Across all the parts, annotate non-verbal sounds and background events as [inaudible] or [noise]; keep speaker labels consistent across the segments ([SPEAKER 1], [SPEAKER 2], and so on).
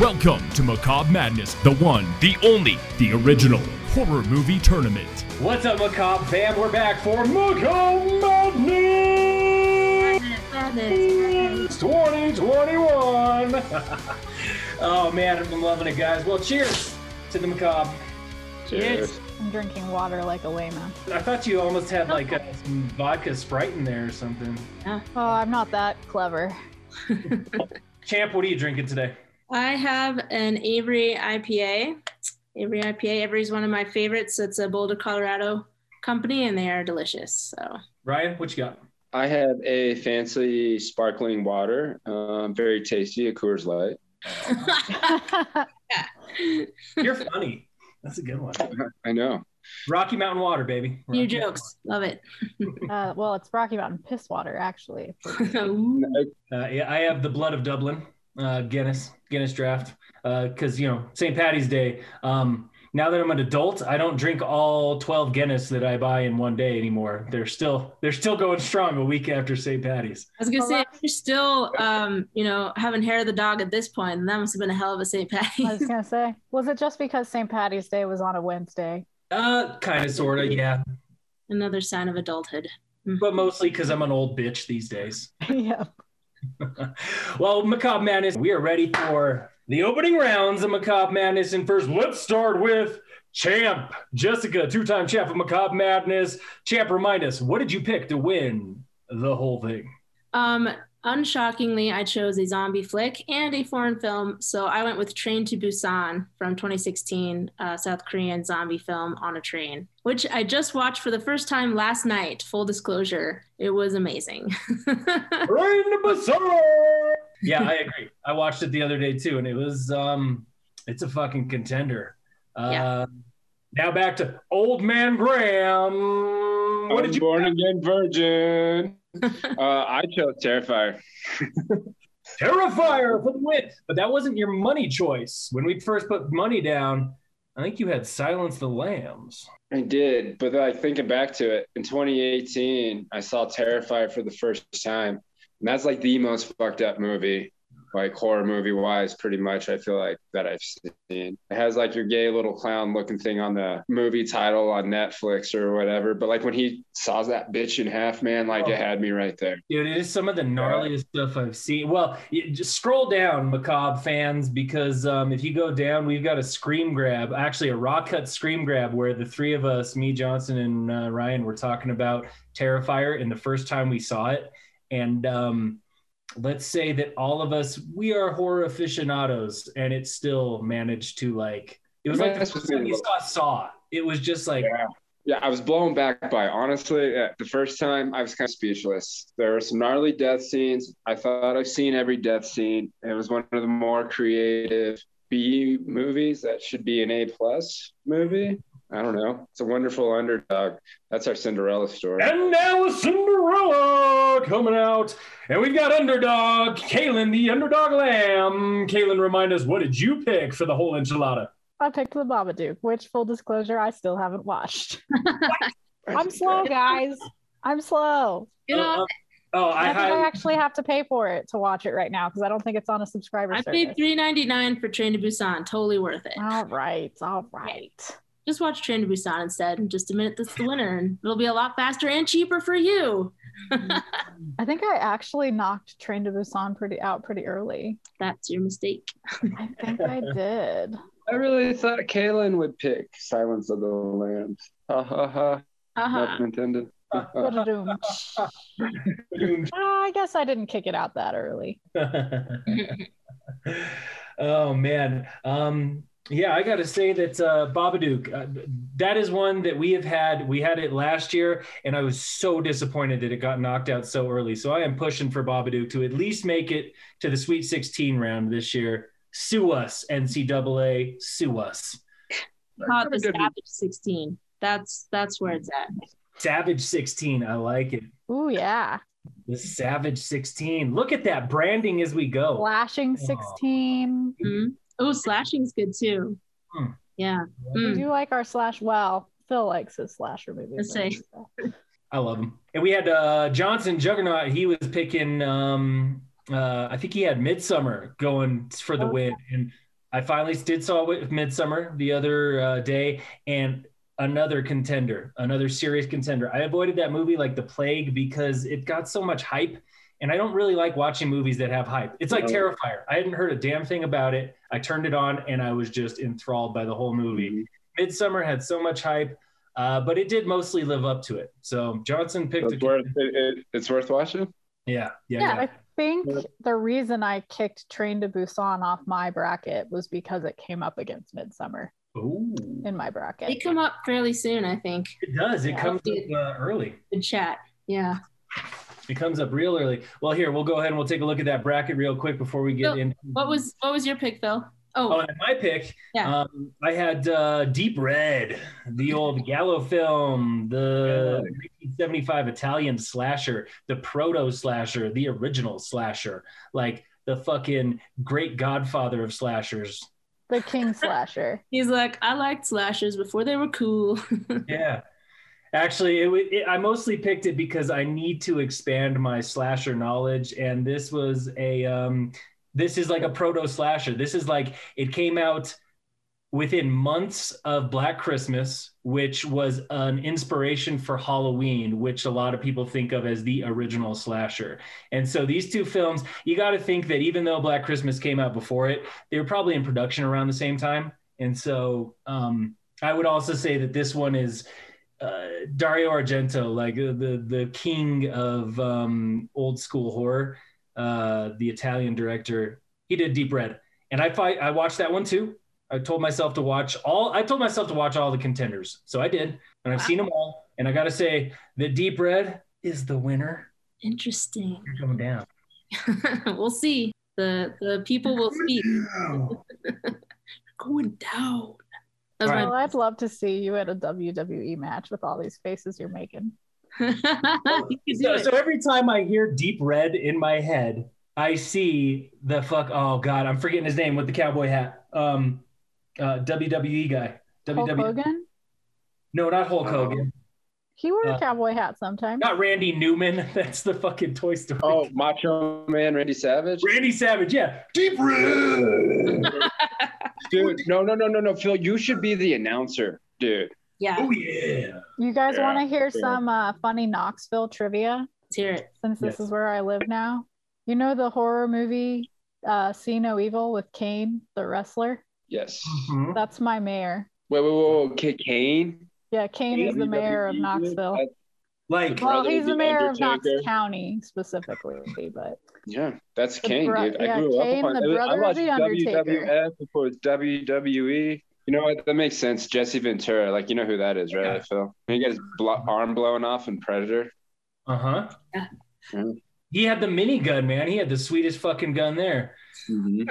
[SPEAKER 1] Welcome to Macabre Madness, the one, the only, the original horror movie tournament.
[SPEAKER 2] What's up, Macabre fam? We're back for Macabre Madness 2021. [laughs] oh man, I've been loving it, guys. Well, cheers to the Macabre. Cheers.
[SPEAKER 3] I'm drinking water like a layman.
[SPEAKER 2] I thought you almost had like uh, some vodka Sprite in there or something.
[SPEAKER 3] Oh, I'm not that clever.
[SPEAKER 2] Champ, what are you drinking today?
[SPEAKER 4] I have an Avery IPA. Avery IPA. Avery's one of my favorites. It's a Boulder, Colorado company, and they are delicious. So
[SPEAKER 2] Ryan, what you got?
[SPEAKER 5] I have a fancy sparkling water, um, very tasty, a Coors Light.
[SPEAKER 2] You're [laughs] funny. That's a good one.
[SPEAKER 5] I know.
[SPEAKER 2] Rocky Mountain Water, baby.
[SPEAKER 4] new
[SPEAKER 2] Rocky
[SPEAKER 4] jokes. Love it. [laughs]
[SPEAKER 3] uh, well, it's Rocky Mountain piss water, actually.
[SPEAKER 4] Ooh.
[SPEAKER 2] Uh, yeah, I have the blood of Dublin, uh, Guinness, Guinness draft, because you know St. Patty's Day. Um, now that I'm an adult, I don't drink all 12 Guinness that I buy in one day anymore. They're still they're still going strong a week after St. Patty's.
[SPEAKER 4] I was gonna say
[SPEAKER 3] Hello.
[SPEAKER 4] if you're still, um, you know, having hair of the dog at this point, then that must have been a hell of a St.
[SPEAKER 3] I was
[SPEAKER 4] Patty's.
[SPEAKER 3] gonna say, was it just because St. Patty's Day was on a Wednesday?
[SPEAKER 2] Uh, kind of, sort of, yeah,
[SPEAKER 4] [laughs] Another sign of adulthood.
[SPEAKER 2] but mostly because I'm an old bitch these days.
[SPEAKER 3] yeah.
[SPEAKER 2] well, Macabre Madness, we are ready for the opening rounds of Macabre Madness. And first, let's start with Champ, Jessica, two time champ of Macabre Madness. Champ, remind us, what did you pick to win the whole thing?
[SPEAKER 4] Um, unshockingly, I chose a zombie flick and a foreign film, so I went with Train to Busan from 2016, uh, South Korean zombie film on a train, which I just watched for the first time last night. Full disclosure, it was amazing. [laughs]
[SPEAKER 2] Rain to Bazaar! Yeah, I agree. I watched it the other day too, and it was, um, it's a fucking contender. Uh,
[SPEAKER 4] Yeah.
[SPEAKER 2] Now back to Old Man Graham. What did you
[SPEAKER 5] born again
[SPEAKER 2] [laughs]
[SPEAKER 5] virgin? uh, I chose Terrifier.
[SPEAKER 2] Terrifier for the win. But that wasn't your money choice. When we first put money down, I think you had Silence the Lambs.
[SPEAKER 5] I did, but like thinking back to it, in 2018, I saw Terrifier for the first time, and that's like the most fucked up movie, like horror movie wise, pretty much. I feel like that I've seen. It has like your gay little clown looking thing on the movie title on Netflix or whatever. But like when he saws that bitch in half, man, like
[SPEAKER 2] Oh.
[SPEAKER 5] it had me right there.
[SPEAKER 2] Dude, it is some of the gnarliest stuff I've seen. Well, y- just scroll down, Macabre fans, because um, if you go down, we've got a scream grab, actually a raw cut scream grab, where the three of us, me, Johnson, and uh, Ryan, were talking about Terrifier and the first time we saw it. And um, let's say that all of us, we are horror aficionados, and it still managed to like, it was like the
[SPEAKER 5] Mess
[SPEAKER 2] first
[SPEAKER 5] with me
[SPEAKER 2] time
[SPEAKER 5] a
[SPEAKER 2] you saw Saw. It was just like,
[SPEAKER 5] Yeah. Yeah, I was blown back by it. honestly uh, the first time I was kind of speechless. There were some gnarly death scenes. I thought I've seen every death scene. It was one of the more creative B movies that should be an A plus movie. I don't know. It's a wonderful underdog. That's our Cinderella story.
[SPEAKER 2] And now a Cinderella coming out. And we've got underdog, Kaylin, the underdog lamb. Kaylin, remind us, what did you pick for the whole enchilada?
[SPEAKER 3] I picked the Babadook, which full disclosure, I still haven't watched. I'm slow, guys. I'm slow.
[SPEAKER 4] You know,
[SPEAKER 2] Uh, uh, oh, I
[SPEAKER 3] I think I
[SPEAKER 2] highly,
[SPEAKER 3] actually have to pay for it to watch it right now because I don't think it's on a subscriber
[SPEAKER 4] I
[SPEAKER 3] service.
[SPEAKER 4] paid three ninety nine for Train to Busan. Totally worth it.
[SPEAKER 3] all right, all right.
[SPEAKER 4] Just watch Train to Busan instead in just a minute. That's the winner, and it'll be a lot faster and cheaper for you.
[SPEAKER 3] I think I actually knocked Train to Busan pretty out pretty early.
[SPEAKER 4] That's your mistake.
[SPEAKER 3] I think I did.
[SPEAKER 5] I really thought Kaylin would pick Silence of the Lambs. Ha ha ha.
[SPEAKER 4] Uh-huh.
[SPEAKER 5] Nothing intended.
[SPEAKER 3] Ba-da-doom. Ah, I guess I didn't kick it out that early.
[SPEAKER 2] [laughs] oh man. Um, yeah, I got to say that uh, Babadook, uh, that is one that we have had. We had it last year, and I was so disappointed that it got knocked out so early. So I am pushing for Babadook to at least make it to the Sweet 16 round this year. Sue us, NCAA. Sue us.
[SPEAKER 4] Caught the Savage 16. That's that's where it's at.
[SPEAKER 2] Savage 16. I like it.
[SPEAKER 3] Ooh yeah,
[SPEAKER 2] The Savage 16. Look at that branding as we go.
[SPEAKER 3] flashing sixteen.
[SPEAKER 4] Oh, slashing's Mm-hmm. good too.
[SPEAKER 2] Hmm.
[SPEAKER 4] Yeah.
[SPEAKER 3] We
[SPEAKER 4] Mm.
[SPEAKER 3] do like our slash. Well, Phil likes his slasher movies.
[SPEAKER 4] Let's see.
[SPEAKER 2] I love him. And we had uh, Johnson Juggernaut. He was picking. Um, uh, I think he had Midsummer going for the win, and I finally did saw with Midsummer the other uh, day, and another contender, another serious contender. I avoided that movie like the plague because it got so much hype, and I don't really like watching movies that have hype. It's like
[SPEAKER 5] No.
[SPEAKER 2] Terrifier. I hadn't heard a damn thing about it. I turned it on, and I was just enthralled by the whole
[SPEAKER 5] Mm-hmm.
[SPEAKER 2] movie. Midsummer had so much hype, uh, but it did mostly live up to it. So Johnson picked.
[SPEAKER 5] It's
[SPEAKER 2] A,
[SPEAKER 5] worth, it, it, it's worth watching.
[SPEAKER 2] yeah, yeah,
[SPEAKER 4] Yeah.
[SPEAKER 2] yeah.
[SPEAKER 3] I think the reason I kicked Train to Busan off my bracket was because it came up against Midsummer
[SPEAKER 2] Ooh,
[SPEAKER 3] in my bracket.
[SPEAKER 4] They come up fairly soon, I think.
[SPEAKER 2] it does. It
[SPEAKER 3] Yeah.
[SPEAKER 2] comes up uh, early.
[SPEAKER 4] Good chat. Yeah.
[SPEAKER 2] It comes up real early. Well, here we'll go ahead and we'll take a look at that bracket real quick before we get
[SPEAKER 4] So,
[SPEAKER 2] in.
[SPEAKER 4] What was what was your pick, Phil?
[SPEAKER 2] Oh,
[SPEAKER 4] Oh,
[SPEAKER 2] and my pick.
[SPEAKER 4] Yeah.
[SPEAKER 2] Um, I had uh, Deep Red, the old Gallo film, the 1975 Italian slasher, the proto slasher, the original slasher, like the fucking great godfather of slashers.
[SPEAKER 3] the
[SPEAKER 4] [laughs]
[SPEAKER 3] King Slasher.
[SPEAKER 4] he's like, I liked slashers before they were cool. [laughs]
[SPEAKER 2] Yeah. Actually, it, wa- it, I mostly picked it because I need to expand my slasher knowledge, and this was a um, this is like a proto slasher. This is like it came out within months of Black Christmas, which was an inspiration for Halloween, which a lot of people think of as the original slasher. And so these two films, you got to think that even though Black Christmas came out before it, they were probably in production around the same time. And so um, I would also say that this one is uh, Dario Argento, like uh, the the king of um, old school horror, uh, the Italian director. He did Deep Red, and I fi- I watched that one too. I told myself to watch all. I told myself to watch all the contenders, so I did, and I've seen them all. And I got to say, the Deep Red is the winner.
[SPEAKER 4] Interesting. [laughs]
[SPEAKER 2] You're going down.
[SPEAKER 4] we'll see. The the people will speak. [laughs] Going down. That was
[SPEAKER 3] Well, I'd love to see you at a WWE match with all these faces you're making.
[SPEAKER 4] my- [laughs] you can do
[SPEAKER 2] So,
[SPEAKER 4] it.
[SPEAKER 2] so every time I hear Deep Red in my head, I see the fuck. Oh god, I'm forgetting his name with the cowboy hat. Um, uh, WWE guy.
[SPEAKER 3] Hulk
[SPEAKER 2] WWE.
[SPEAKER 3] Hogan?
[SPEAKER 2] No, not Hulk Hogan.
[SPEAKER 3] He wore a
[SPEAKER 2] Uh,
[SPEAKER 3] cowboy hat sometimes.
[SPEAKER 2] Not Randy Newman. [laughs] That's the fucking Toy Story.
[SPEAKER 5] Oh, Macho Man Randy Savage.
[SPEAKER 2] Randy Savage. Yeah, Deep Red.
[SPEAKER 5] Dude, no, no, no, no, no, Phil, you should be the announcer, dude.
[SPEAKER 4] yeah,
[SPEAKER 2] oh yeah.
[SPEAKER 3] You guys
[SPEAKER 5] Yeah,
[SPEAKER 3] want to hear
[SPEAKER 5] sure.
[SPEAKER 3] some uh, funny Knoxville trivia?
[SPEAKER 4] let's hear it. [laughs]
[SPEAKER 3] Since this
[SPEAKER 2] Yes.
[SPEAKER 3] is where I live now, you know the horror movie uh, "See No Evil" with Kane the wrestler.
[SPEAKER 5] Yes.
[SPEAKER 2] Mhm.
[SPEAKER 3] That's my mayor.
[SPEAKER 5] Wait, wait, wait, wait. K- Kane?
[SPEAKER 3] Yeah, Kane is the
[SPEAKER 2] E
[SPEAKER 3] mayor of
[SPEAKER 5] WWE?
[SPEAKER 3] Knoxville.
[SPEAKER 5] That's-
[SPEAKER 2] Like
[SPEAKER 3] Well,
[SPEAKER 5] brother of
[SPEAKER 3] he's
[SPEAKER 5] The
[SPEAKER 3] the mayor of Knox
[SPEAKER 5] Undertaker.
[SPEAKER 3] County specifically, but
[SPEAKER 5] Yeah, that's
[SPEAKER 3] The
[SPEAKER 5] Kane,
[SPEAKER 3] bro-
[SPEAKER 5] dude.
[SPEAKER 3] yeah,
[SPEAKER 5] I grew
[SPEAKER 3] Kane,
[SPEAKER 5] up on
[SPEAKER 3] the
[SPEAKER 5] I was-
[SPEAKER 3] brother of
[SPEAKER 5] I watched
[SPEAKER 3] The Undertaker.
[SPEAKER 5] WWF before it's WWE. You know what? That makes sense. Jesse Ventura, like you know who that is,
[SPEAKER 2] Yeah.
[SPEAKER 5] right, Phil? He got his blo- arm blown off in Predator.
[SPEAKER 2] uh huh.
[SPEAKER 4] Yeah.
[SPEAKER 2] He had the minigun, man. He had the sweetest fucking gun there. Mm-hmm.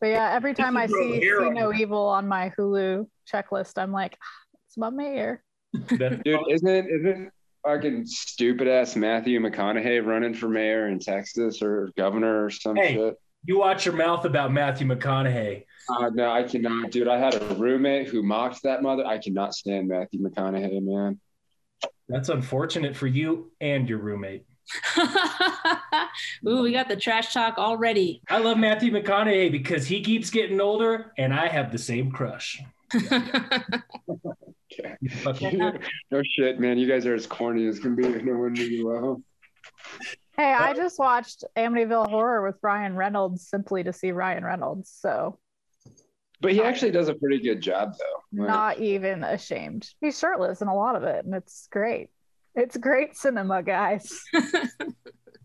[SPEAKER 3] but yeah, every time I
[SPEAKER 2] is real
[SPEAKER 3] see
[SPEAKER 2] hero.
[SPEAKER 3] "See No Evil" on my Hulu checklist, I'm like, "Ah, it's my mayor. [laughs]
[SPEAKER 2] That's-
[SPEAKER 5] Dude, isn't isn't fucking stupid ass Matthew McConaughey running for mayor in Texas or governor or some
[SPEAKER 2] Hey.
[SPEAKER 5] shit?
[SPEAKER 2] you watch your mouth about Matthew McConaughey.
[SPEAKER 5] Uh, no, I cannot, dude. I had a roommate who mocked that mother. I cannot stand Matthew McConaughey, man.
[SPEAKER 2] That's unfortunate for you and your roommate.
[SPEAKER 4] Ooh, we got the trash talk already. [laughs]
[SPEAKER 2] I love Matthew McConaughey because he keeps getting older, and I have the same crush.
[SPEAKER 4] Mm-hmm.
[SPEAKER 5] Okay.
[SPEAKER 2] Fucking-
[SPEAKER 5] no shit, man. You guys are as corny as can be. [laughs] No wonder you love him.
[SPEAKER 3] Hey, I just watched Amityville Horror with Ryan Reynolds simply to see Ryan Reynolds. So
[SPEAKER 5] But he actually does a pretty good job, though. Like,
[SPEAKER 3] not even ashamed. He's shirtless in a lot of it, and it's great. It's great
[SPEAKER 2] [laughs]
[SPEAKER 3] cinema, guys.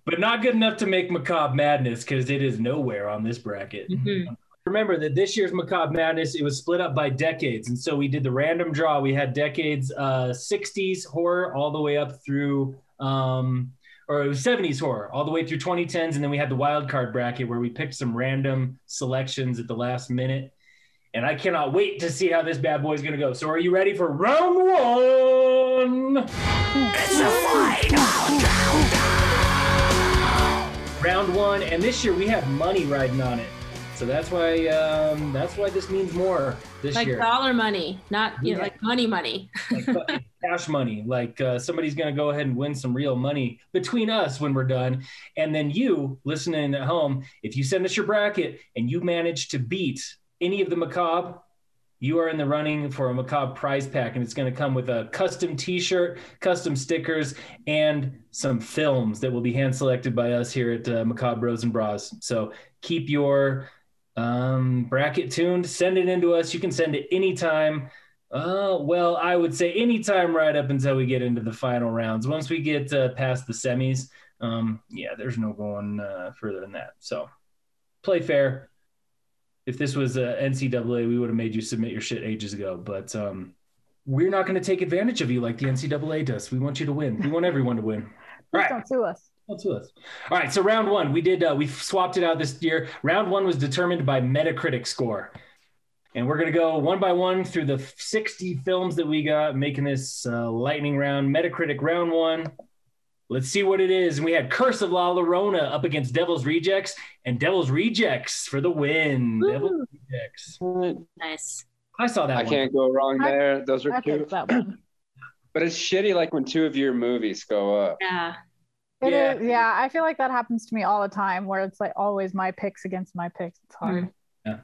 [SPEAKER 2] but not good enough to make Macabre Madness because it is nowhere on this bracket.
[SPEAKER 4] Mhm.
[SPEAKER 2] Remember that this year's Macabre Madness, it was split up by decades. And so we did the random draw. We had decades uh, 60s horror all the way up through, um, or it was 70s horror all the way through 2010s. And then we had the wild card bracket where we picked some random selections at the last minute. And I cannot wait to see how this bad boy is going to go. So are you ready for round one? round one, and this year we have money riding on it. So that's why um, that's why this means more. this
[SPEAKER 4] like
[SPEAKER 2] year.
[SPEAKER 4] dollar money, not you know,
[SPEAKER 2] Yeah.
[SPEAKER 4] like money money.
[SPEAKER 2] like fucking cash money. Like uh, somebody's going to go ahead and win some real money between us when we're done. And then you listening at home, if you send us your bracket and you manage to beat any of the macabre, you are in the running for a macabre prize pack. And it's going to come with a custom t shirt, custom stickers, and some films that will be hand selected by us here at uh, Macabre Bros and Bras. So keep your um, bracket tuned. Send it in to us. You can send it anytime. Uh, well, I would say anytime right up until we get into the final rounds. Once we get uh, past the semis, um, yeah, there's no going uh, further than that. So play fair. If this was uh, NCAA, we would have made you submit your shit ages ago, but um, we're not going to take advantage of you like the NCAA does. We want you to win. We want everyone to win.
[SPEAKER 3] Please
[SPEAKER 2] Right.
[SPEAKER 3] don't sue us.
[SPEAKER 2] That's us. All right, so round one, we did uh, we swapped it out this year. Round one was determined by Metacritic score, and we're gonna go one by one through the 60 films that we got, making this uh, lightning round. Metacritic round one. Let's see what it is. And we had Curse of La Llorona up against Devil's Rejects, and Devil's Rejects for the win. Devil's
[SPEAKER 4] Woo.
[SPEAKER 2] Rejects.
[SPEAKER 4] Nice.
[SPEAKER 2] I saw that
[SPEAKER 5] I
[SPEAKER 2] one.
[SPEAKER 5] can't go wrong
[SPEAKER 3] I-
[SPEAKER 5] there. Those are
[SPEAKER 3] I
[SPEAKER 5] two.
[SPEAKER 3] picked
[SPEAKER 2] [clears throat]
[SPEAKER 3] that one.
[SPEAKER 5] But it's shitty like when two of your movies go up.
[SPEAKER 4] Yeah.
[SPEAKER 3] It
[SPEAKER 2] Yeah.
[SPEAKER 3] is- yeah, I feel like that happens to me all the time where it's like always my picks against my picks. It's hard.
[SPEAKER 2] Hmm.
[SPEAKER 5] Like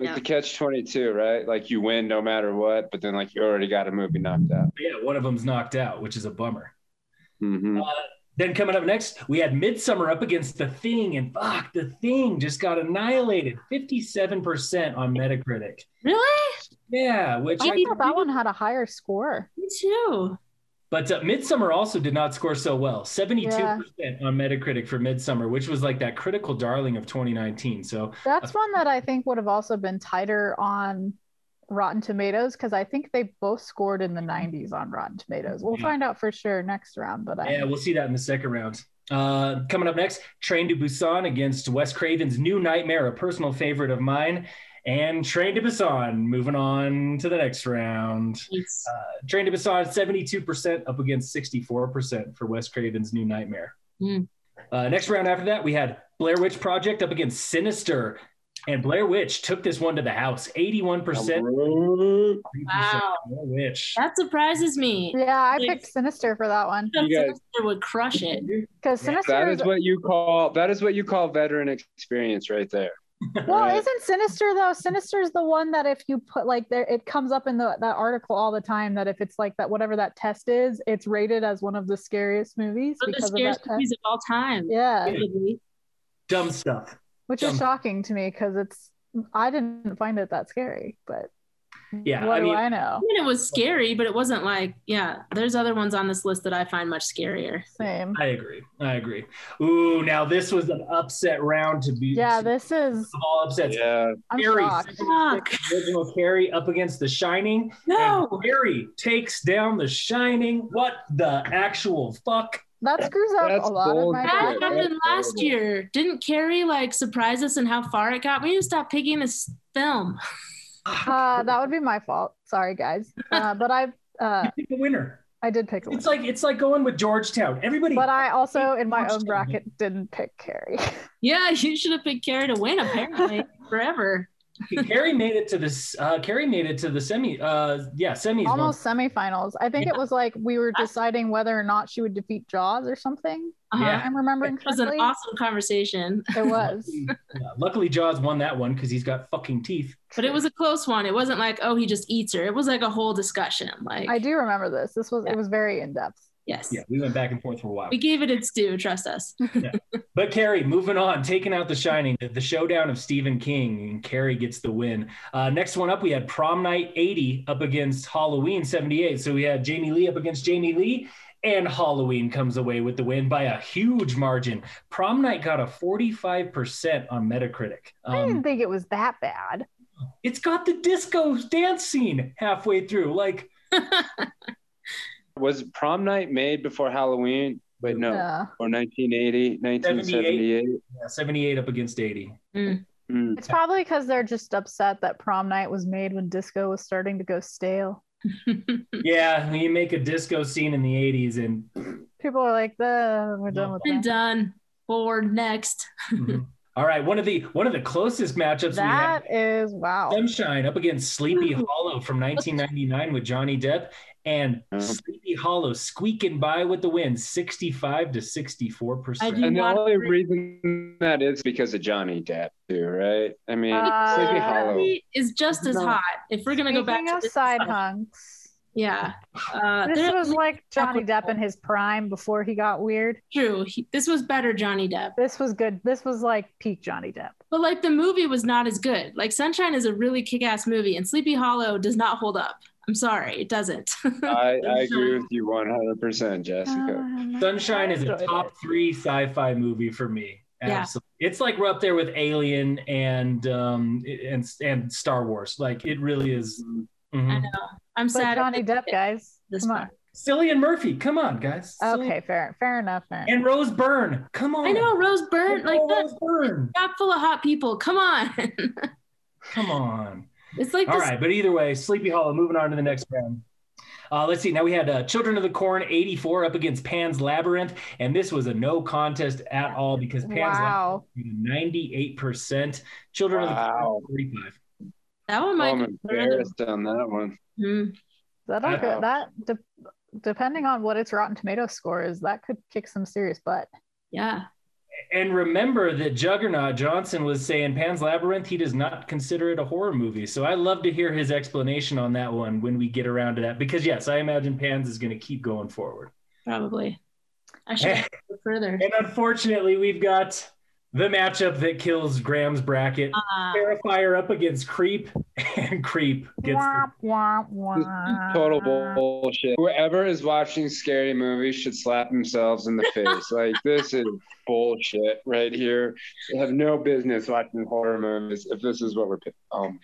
[SPEAKER 4] Yeah.
[SPEAKER 5] the catch 22, right? Like you win no matter what, but then like you already got a movie knocked out.
[SPEAKER 2] Yeah, one of them's knocked out, which is a bummer.
[SPEAKER 5] hmm
[SPEAKER 2] Then coming up next, we had Midsummer up against The Thing, and fuck, The Thing just got annihilated, fifty-seven percent on Metacritic.
[SPEAKER 4] Really?
[SPEAKER 2] Yeah, which
[SPEAKER 3] I thought that one had a higher score.
[SPEAKER 4] Me too.
[SPEAKER 2] but uh, Midsummer also did not score so well, seventy-two percent on Metacritic for Midsummer, which was like that critical darling of 2019. So
[SPEAKER 3] That's one that I think would have also been tighter on Rotten Tomatoes because I think they both scored
[SPEAKER 2] Hmm.
[SPEAKER 3] in the 90s on Rotten Tomatoes. We'll
[SPEAKER 2] Yeah.
[SPEAKER 3] find out for sure next round, but I
[SPEAKER 2] Hmm. yeah, we'll see that in the second round. Uh, coming up next, Train to Busan against Wes Craven's New Nightmare, a personal favorite of mine, and Train to Busan. Moving on to the next round.
[SPEAKER 4] Nice.
[SPEAKER 2] Train to Busan, 72% up against 64% for Wes Craven's New Nightmare.
[SPEAKER 4] Hmm.
[SPEAKER 2] Uh, next round after that, we had Blair Witch Project up against Sinister. And Blair Witch took this one to the house, 81%.
[SPEAKER 5] You
[SPEAKER 2] 3%.
[SPEAKER 4] Wow.
[SPEAKER 2] Blair Witch.
[SPEAKER 4] That surprises me.
[SPEAKER 3] yeah, I
[SPEAKER 4] Like-
[SPEAKER 3] picked Sinister for that one
[SPEAKER 4] That
[SPEAKER 5] guys,
[SPEAKER 4] sister would crush it.
[SPEAKER 3] because
[SPEAKER 2] Yeah,
[SPEAKER 3] Sinister
[SPEAKER 5] that
[SPEAKER 3] is
[SPEAKER 5] is what you call that is what you call veteran experience right there.
[SPEAKER 3] Well,
[SPEAKER 5] Right.
[SPEAKER 3] isn't Sinister though? Sinister is the one that if you put like there, it comes up in the that article all the time that if it's like that, whatever that test is, it's rated as one of the scariest movies
[SPEAKER 4] One of the
[SPEAKER 3] because of
[SPEAKER 4] scariest
[SPEAKER 3] that test.
[SPEAKER 4] movies of all time.
[SPEAKER 3] Yeah,
[SPEAKER 4] Probably.
[SPEAKER 2] Dumb stuff.
[SPEAKER 3] which
[SPEAKER 2] Dumb.
[SPEAKER 3] is shocking to me because it's I didn't find it that scary, but
[SPEAKER 2] Yeah,
[SPEAKER 3] what
[SPEAKER 2] I
[SPEAKER 3] do
[SPEAKER 2] mean-
[SPEAKER 3] I
[SPEAKER 4] I
[SPEAKER 3] know?
[SPEAKER 4] mean, it was scary, but it wasn't like, yeah, there's other ones on this list that I find much scarier.
[SPEAKER 3] Same.
[SPEAKER 2] I agree. I agree. Ooh, now this was an upset round to be.
[SPEAKER 3] Yeah, this is.
[SPEAKER 2] of all upsets.
[SPEAKER 5] Yeah.
[SPEAKER 3] I'm
[SPEAKER 2] Scary.
[SPEAKER 3] shocked.
[SPEAKER 4] Fuck.
[SPEAKER 2] Original Carrie up against The Shining.
[SPEAKER 4] No.
[SPEAKER 2] And Harry takes down The Shining. What the actual fuck?
[SPEAKER 3] That screws up
[SPEAKER 5] That's
[SPEAKER 3] a lot of
[SPEAKER 5] bold
[SPEAKER 3] my.
[SPEAKER 5] shit.
[SPEAKER 4] That
[SPEAKER 3] picks.
[SPEAKER 4] happened last
[SPEAKER 5] Terrible.
[SPEAKER 4] year. Didn't Carrie like surprise us in how far it got? We need to stop picking this film. [laughs]
[SPEAKER 3] Uh, that would be my fault. Sorry, guys. Uh, but I uh,
[SPEAKER 2] You pick a winner.
[SPEAKER 3] I did pick a
[SPEAKER 2] It's
[SPEAKER 3] one,
[SPEAKER 2] like it's like going with Georgetown. Everybody.
[SPEAKER 3] but I also in my own
[SPEAKER 2] Georgetown.
[SPEAKER 3] bracket didn't pick Carrie.
[SPEAKER 4] Yeah, you should have picked Carrie to win,
[SPEAKER 3] [laughs]
[SPEAKER 4] apparently, forever.
[SPEAKER 2] Carrie made it to this. Uh, Carrie made it to the semi. Uh, yeah, semis. one.
[SPEAKER 3] almost semifinals. I think it was like we were deciding whether or not she would defeat Jaws or something.
[SPEAKER 4] Uh-huh.
[SPEAKER 2] Yeah.
[SPEAKER 3] if I'm remembering
[SPEAKER 4] It was an
[SPEAKER 3] correctly.
[SPEAKER 4] awesome conversation, [laughs]
[SPEAKER 3] it was,
[SPEAKER 2] Yeah, luckily, Jaws won that one because he's got fucking teeth.
[SPEAKER 4] but it was a close one. It wasn't like, oh, he just eats her. It was like a whole discussion. Like,
[SPEAKER 3] I do remember this. This was
[SPEAKER 4] Yeah.
[SPEAKER 3] it was very in depth.
[SPEAKER 4] yes,
[SPEAKER 2] Yeah, we went back and forth for a while.
[SPEAKER 4] we gave it its due. Trust us.
[SPEAKER 2] But Carrie, moving on, taking out The Shining, the, the showdown of Stephen King, and Carrie gets the win. Uh, next one up, we had Prom Night 80 up against Halloween 78. So we had Jamie Lee up against Jamie Lee, and Halloween comes away with the win by a huge margin. Prom Night got a 45% on Metacritic.
[SPEAKER 3] I didn't
[SPEAKER 2] Um,
[SPEAKER 3] think it was that bad.
[SPEAKER 2] it's got the disco dance scene halfway through. Like,
[SPEAKER 5] Was prom night made before Halloween? Wait, no.
[SPEAKER 3] Uh,
[SPEAKER 5] Or 1980, 1978.
[SPEAKER 2] yeah, 78 up against 80.
[SPEAKER 5] Mm.
[SPEAKER 3] it's probably because they're just upset that prom night was made when disco was starting to go stale.
[SPEAKER 2] Yeah, you make a disco scene in the 80s and
[SPEAKER 3] People are like, "The we're done with
[SPEAKER 4] and
[SPEAKER 3] that."
[SPEAKER 4] done. Forward next.
[SPEAKER 2] Mhm. All All right, one of the one of the closest matchups we had
[SPEAKER 3] That is wow.
[SPEAKER 2] Sunshine up against Sleepy
[SPEAKER 3] Ooh.
[SPEAKER 2] Hollow from 1999 with Johnny Depp and
[SPEAKER 5] Um,
[SPEAKER 2] Sleepy Hollow squeaking by with the win 65 to 64
[SPEAKER 4] I do-
[SPEAKER 2] percent.
[SPEAKER 5] And the
[SPEAKER 4] not
[SPEAKER 5] only
[SPEAKER 4] agree.
[SPEAKER 5] reason that is because of Johnny Depp, too, right? I mean,
[SPEAKER 3] Uh,
[SPEAKER 5] Sleepy
[SPEAKER 4] Sleepy
[SPEAKER 5] Hollow.
[SPEAKER 4] is just as
[SPEAKER 3] No.
[SPEAKER 4] hot. If we're gonna go back
[SPEAKER 3] Speaking
[SPEAKER 4] to
[SPEAKER 3] of
[SPEAKER 4] this
[SPEAKER 3] side
[SPEAKER 4] stuff,
[SPEAKER 3] hunks,
[SPEAKER 4] yeah, uh,
[SPEAKER 3] this
[SPEAKER 4] there-
[SPEAKER 3] was like Johnny
[SPEAKER 4] Equitable.
[SPEAKER 3] Depp in his prime before he got weird.
[SPEAKER 4] true. He, this was better Johnny Depp,
[SPEAKER 3] This was good. This was like peak Johnny Depp.
[SPEAKER 4] but like the movie was not as good. Like Sunshine is a really kick-ass movie, and Sleepy Hollow does not hold up. I'm sorry, it doesn't. [laughs]
[SPEAKER 5] I, I agree with you 100%,
[SPEAKER 3] Oh, Uh,
[SPEAKER 5] Jessica.
[SPEAKER 2] Sunshine is a
[SPEAKER 3] enjoyed
[SPEAKER 2] top
[SPEAKER 3] it.
[SPEAKER 2] three sci-fi movie for me.
[SPEAKER 4] Yeah.
[SPEAKER 2] Absolutely. It's like we're up there with Alien and um and and Star Wars. Like it really is. Mhm.
[SPEAKER 4] I know. I'm
[SPEAKER 3] But
[SPEAKER 4] sad.
[SPEAKER 3] Johnny Depp, guys.
[SPEAKER 4] This
[SPEAKER 3] Come on.
[SPEAKER 2] Cillian Murphy, come on, guys. Cillian-
[SPEAKER 3] Okay, fair, fair enough. Fair enough.
[SPEAKER 2] And Rose Byrne, come on.
[SPEAKER 4] I know Rose Byrne. Like
[SPEAKER 2] Oh,
[SPEAKER 4] that
[SPEAKER 2] Rose Byrne,
[SPEAKER 4] shop full of hot people. Come on. [laughs]
[SPEAKER 2] come on.
[SPEAKER 4] it's like
[SPEAKER 2] All
[SPEAKER 4] this
[SPEAKER 2] right, but either way, Sleepy Hollow. Moving on to the next round. Uh, let's see. Now we had uh, Children of the Corn '84 up against Pan's Labyrinth, and this was a no contest at all because Pan's
[SPEAKER 3] Wow.
[SPEAKER 2] Labyrinth ninety-eight percent, Children
[SPEAKER 5] Wow.
[SPEAKER 2] of the Corn thirty-five.
[SPEAKER 4] that one
[SPEAKER 5] Oh,
[SPEAKER 4] might
[SPEAKER 5] I'm
[SPEAKER 4] be another-
[SPEAKER 5] embarrassed on that one.
[SPEAKER 4] Hmm.
[SPEAKER 3] That
[SPEAKER 2] I
[SPEAKER 5] know.
[SPEAKER 3] could, that de- depending on what its Rotten Tomato score is, that could kick some serious butt.
[SPEAKER 4] Yeah.
[SPEAKER 2] And remember that Juggernaut Johnson was saying Pan's Labyrinth. He does not consider it a horror movie. So I love to hear his explanation on that one when we get around to that. Because yes, I imagine Pan's is going to keep going forward.
[SPEAKER 4] Probably. I should
[SPEAKER 5] [laughs]
[SPEAKER 2] Eh.
[SPEAKER 4] go further.
[SPEAKER 2] And unfortunately, we've got the matchup that kills Graham's bracket.
[SPEAKER 4] Uh,
[SPEAKER 2] Terrifier up against Creep, [laughs] and Creep gets the,
[SPEAKER 3] Womp, womp, womp.
[SPEAKER 5] Total bullshit. Whoever is watching scary movies should slap themselves in the face. like, this is bullshit right here. You have no business watching horror movies if this is what we're picking. Um,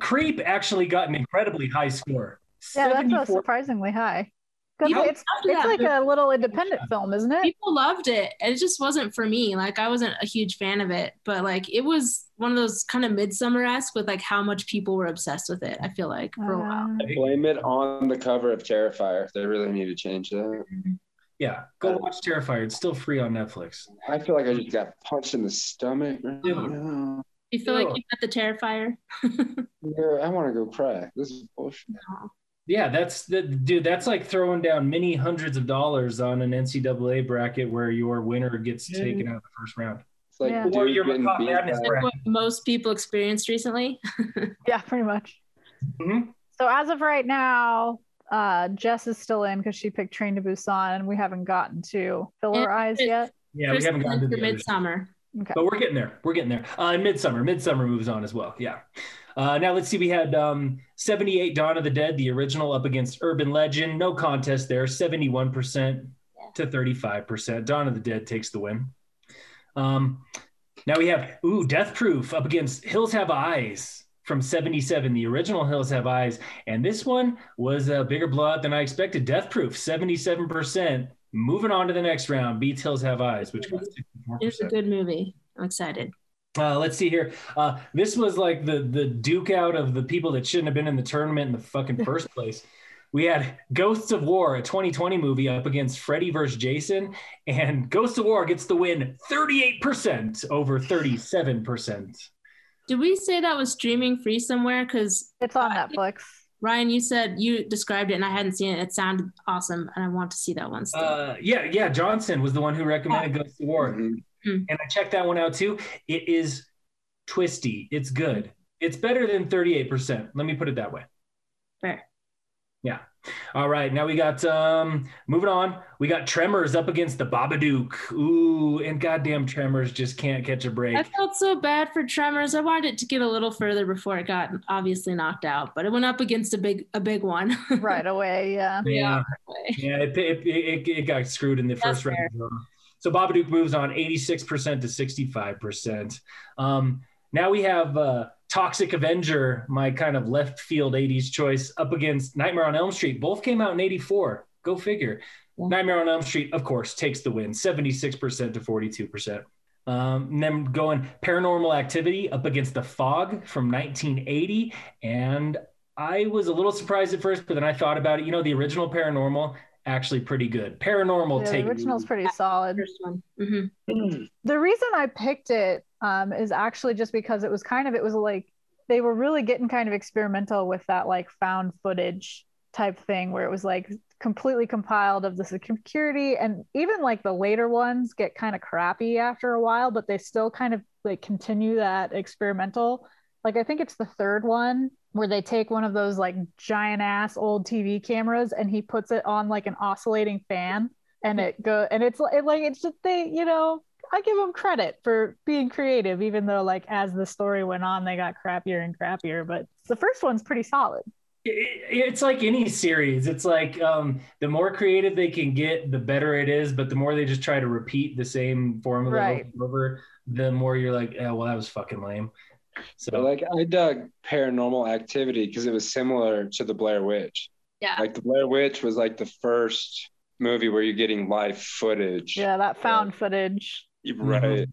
[SPEAKER 2] Creep actually got an incredibly high score.
[SPEAKER 3] Yeah, that's a
[SPEAKER 2] 74
[SPEAKER 3] surprisingly high. 'Cause
[SPEAKER 4] People
[SPEAKER 3] it's
[SPEAKER 4] loved
[SPEAKER 3] it's
[SPEAKER 4] that
[SPEAKER 3] like
[SPEAKER 4] movie.
[SPEAKER 3] a little independent film, isn't it?
[SPEAKER 4] people loved it. It just wasn't for me. Like I wasn't a huge fan of it, but like it was one of those kind of midsummer esque with like how much people were obsessed with it. I feel like for a while.
[SPEAKER 3] Uh,
[SPEAKER 5] blame it on the cover of Terrifier. They really need to change that.
[SPEAKER 2] Yeah, go watch Terrifier. It's still free on Netflix.
[SPEAKER 5] I feel like I just got punched in the stomach right
[SPEAKER 2] Dude.
[SPEAKER 5] now.
[SPEAKER 4] You feel
[SPEAKER 2] Sure.
[SPEAKER 4] like you got the terrifier.
[SPEAKER 5] Yeah, I want to go cry. This is bullshit.
[SPEAKER 2] Yeah, that's the dude. That's like throwing down many hundreds of dollars on an NCAA bracket where your winner gets
[SPEAKER 5] Yeah.
[SPEAKER 2] taken out of the first round.
[SPEAKER 5] It's like
[SPEAKER 3] Yeah.
[SPEAKER 5] dude
[SPEAKER 2] Or your
[SPEAKER 5] getting
[SPEAKER 2] Macabre
[SPEAKER 5] beat
[SPEAKER 2] Madness
[SPEAKER 5] by-
[SPEAKER 4] That's what most people experienced recently.
[SPEAKER 3] yeah, pretty much.
[SPEAKER 2] Mhm.
[SPEAKER 3] So as of right now, uh, Jess is still in because she picked Train to Busan, and we haven't gotten to filler
[SPEAKER 4] And-
[SPEAKER 3] eyes yet.
[SPEAKER 2] Yeah,
[SPEAKER 4] First
[SPEAKER 2] we haven't gotten to
[SPEAKER 4] for
[SPEAKER 2] the others.
[SPEAKER 4] midsummer.
[SPEAKER 3] Okay.
[SPEAKER 2] but we're getting there. We're getting there. Uh, and Midsummer, Midsummer moves on as well. Yeah. Uh, now let's see. We had um, 78 Dawn of the Dead, the original, up against Urban Legend. No contest there. 71% to 35%. Dawn of the Dead takes the win. Um, now we have ooh Death Proof up against Hills Have Eyes from 77, the original Hills Have Eyes, and this one was a bigger blowout than I expected. Death Proof 77%. Moving on to the next round, beats Hills Have Eyes, which got 64%.
[SPEAKER 4] It's a good movie. I'm excited.
[SPEAKER 2] Uh, let's see here. Uh, this was like the the duke out of the people that shouldn't have been in the tournament in the fucking first place. We had Ghosts of War, a 2020 movie, up against Freddy vs. Jason, and Ghosts of War gets the win, 38% over 37%.
[SPEAKER 4] Did we say that was streaming free somewhere? Because
[SPEAKER 3] It's on Netflix.
[SPEAKER 4] Ryan, you said you described it and I hadn't seen it. It sounded awesome, and I want to see that one still.
[SPEAKER 2] Uh, yeah, yeah. Johnson was the one who recommended Ghosts of War,
[SPEAKER 5] Mhm.
[SPEAKER 2] and I checked that one out too. It is twisty. It's good. It's better than 38%. Let me put it that way.
[SPEAKER 4] Fair.
[SPEAKER 2] Yeah. All right. Now we got um moving on. We got Tremors up against the Babadook. Ooh, and goddamn Tremors just can't catch a break.
[SPEAKER 4] I felt so bad for Tremors. I wanted it to get a little further before it got obviously knocked out, but it went up against a big a big one. [laughs]
[SPEAKER 3] right away. Yeah.
[SPEAKER 2] yeah. Yeah, it, it, it, it got screwed in the
[SPEAKER 4] That's
[SPEAKER 2] first round. So Babadook moves on 86% to 65%. Um, now we have uh, Toxic Avenger, my kind of left field 80s choice, up against Nightmare on Elm Street. Both came out in 84. Go figure.
[SPEAKER 4] Yeah.
[SPEAKER 2] Nightmare on Elm Street, of course, takes the win 76% to 42%. Um, and then going Paranormal Activity up against The Fog from 1980. And I was a little surprised at first, but then I thought about it. You know, the original Paranormal, actually pretty good. Paranormal
[SPEAKER 3] the
[SPEAKER 2] take
[SPEAKER 3] original's pretty solid.
[SPEAKER 4] First one. Mhm.
[SPEAKER 3] The reason I picked it um, is actually just because it was kind of it was like they were really getting kind of experimental with that like found footage type thing where it was like completely compiled of the security and even like the later ones get kind of crappy after a while but they still kind of like continue that experimental like i think it's the third one where they take one of those like giant ass old tv cameras and he puts it on like an oscillating fan and it go and it's it, like it's just they you know i give them credit for being creative even though like as the story went on they got crappier and crappier but the first one's pretty solid
[SPEAKER 2] It- it's like any series it's like um the more creative they can get the better it is but the more they just try to repeat the same formula
[SPEAKER 3] Right.
[SPEAKER 2] over, and over, the more you're like oh well that was fucking lame
[SPEAKER 5] But
[SPEAKER 2] so
[SPEAKER 5] like I dug paranormal activity because it was similar to the Blair Witch.
[SPEAKER 4] Yeah.
[SPEAKER 5] Like the Blair Witch was like the first movie where you're getting live footage.
[SPEAKER 3] yeah that found footage
[SPEAKER 5] Right.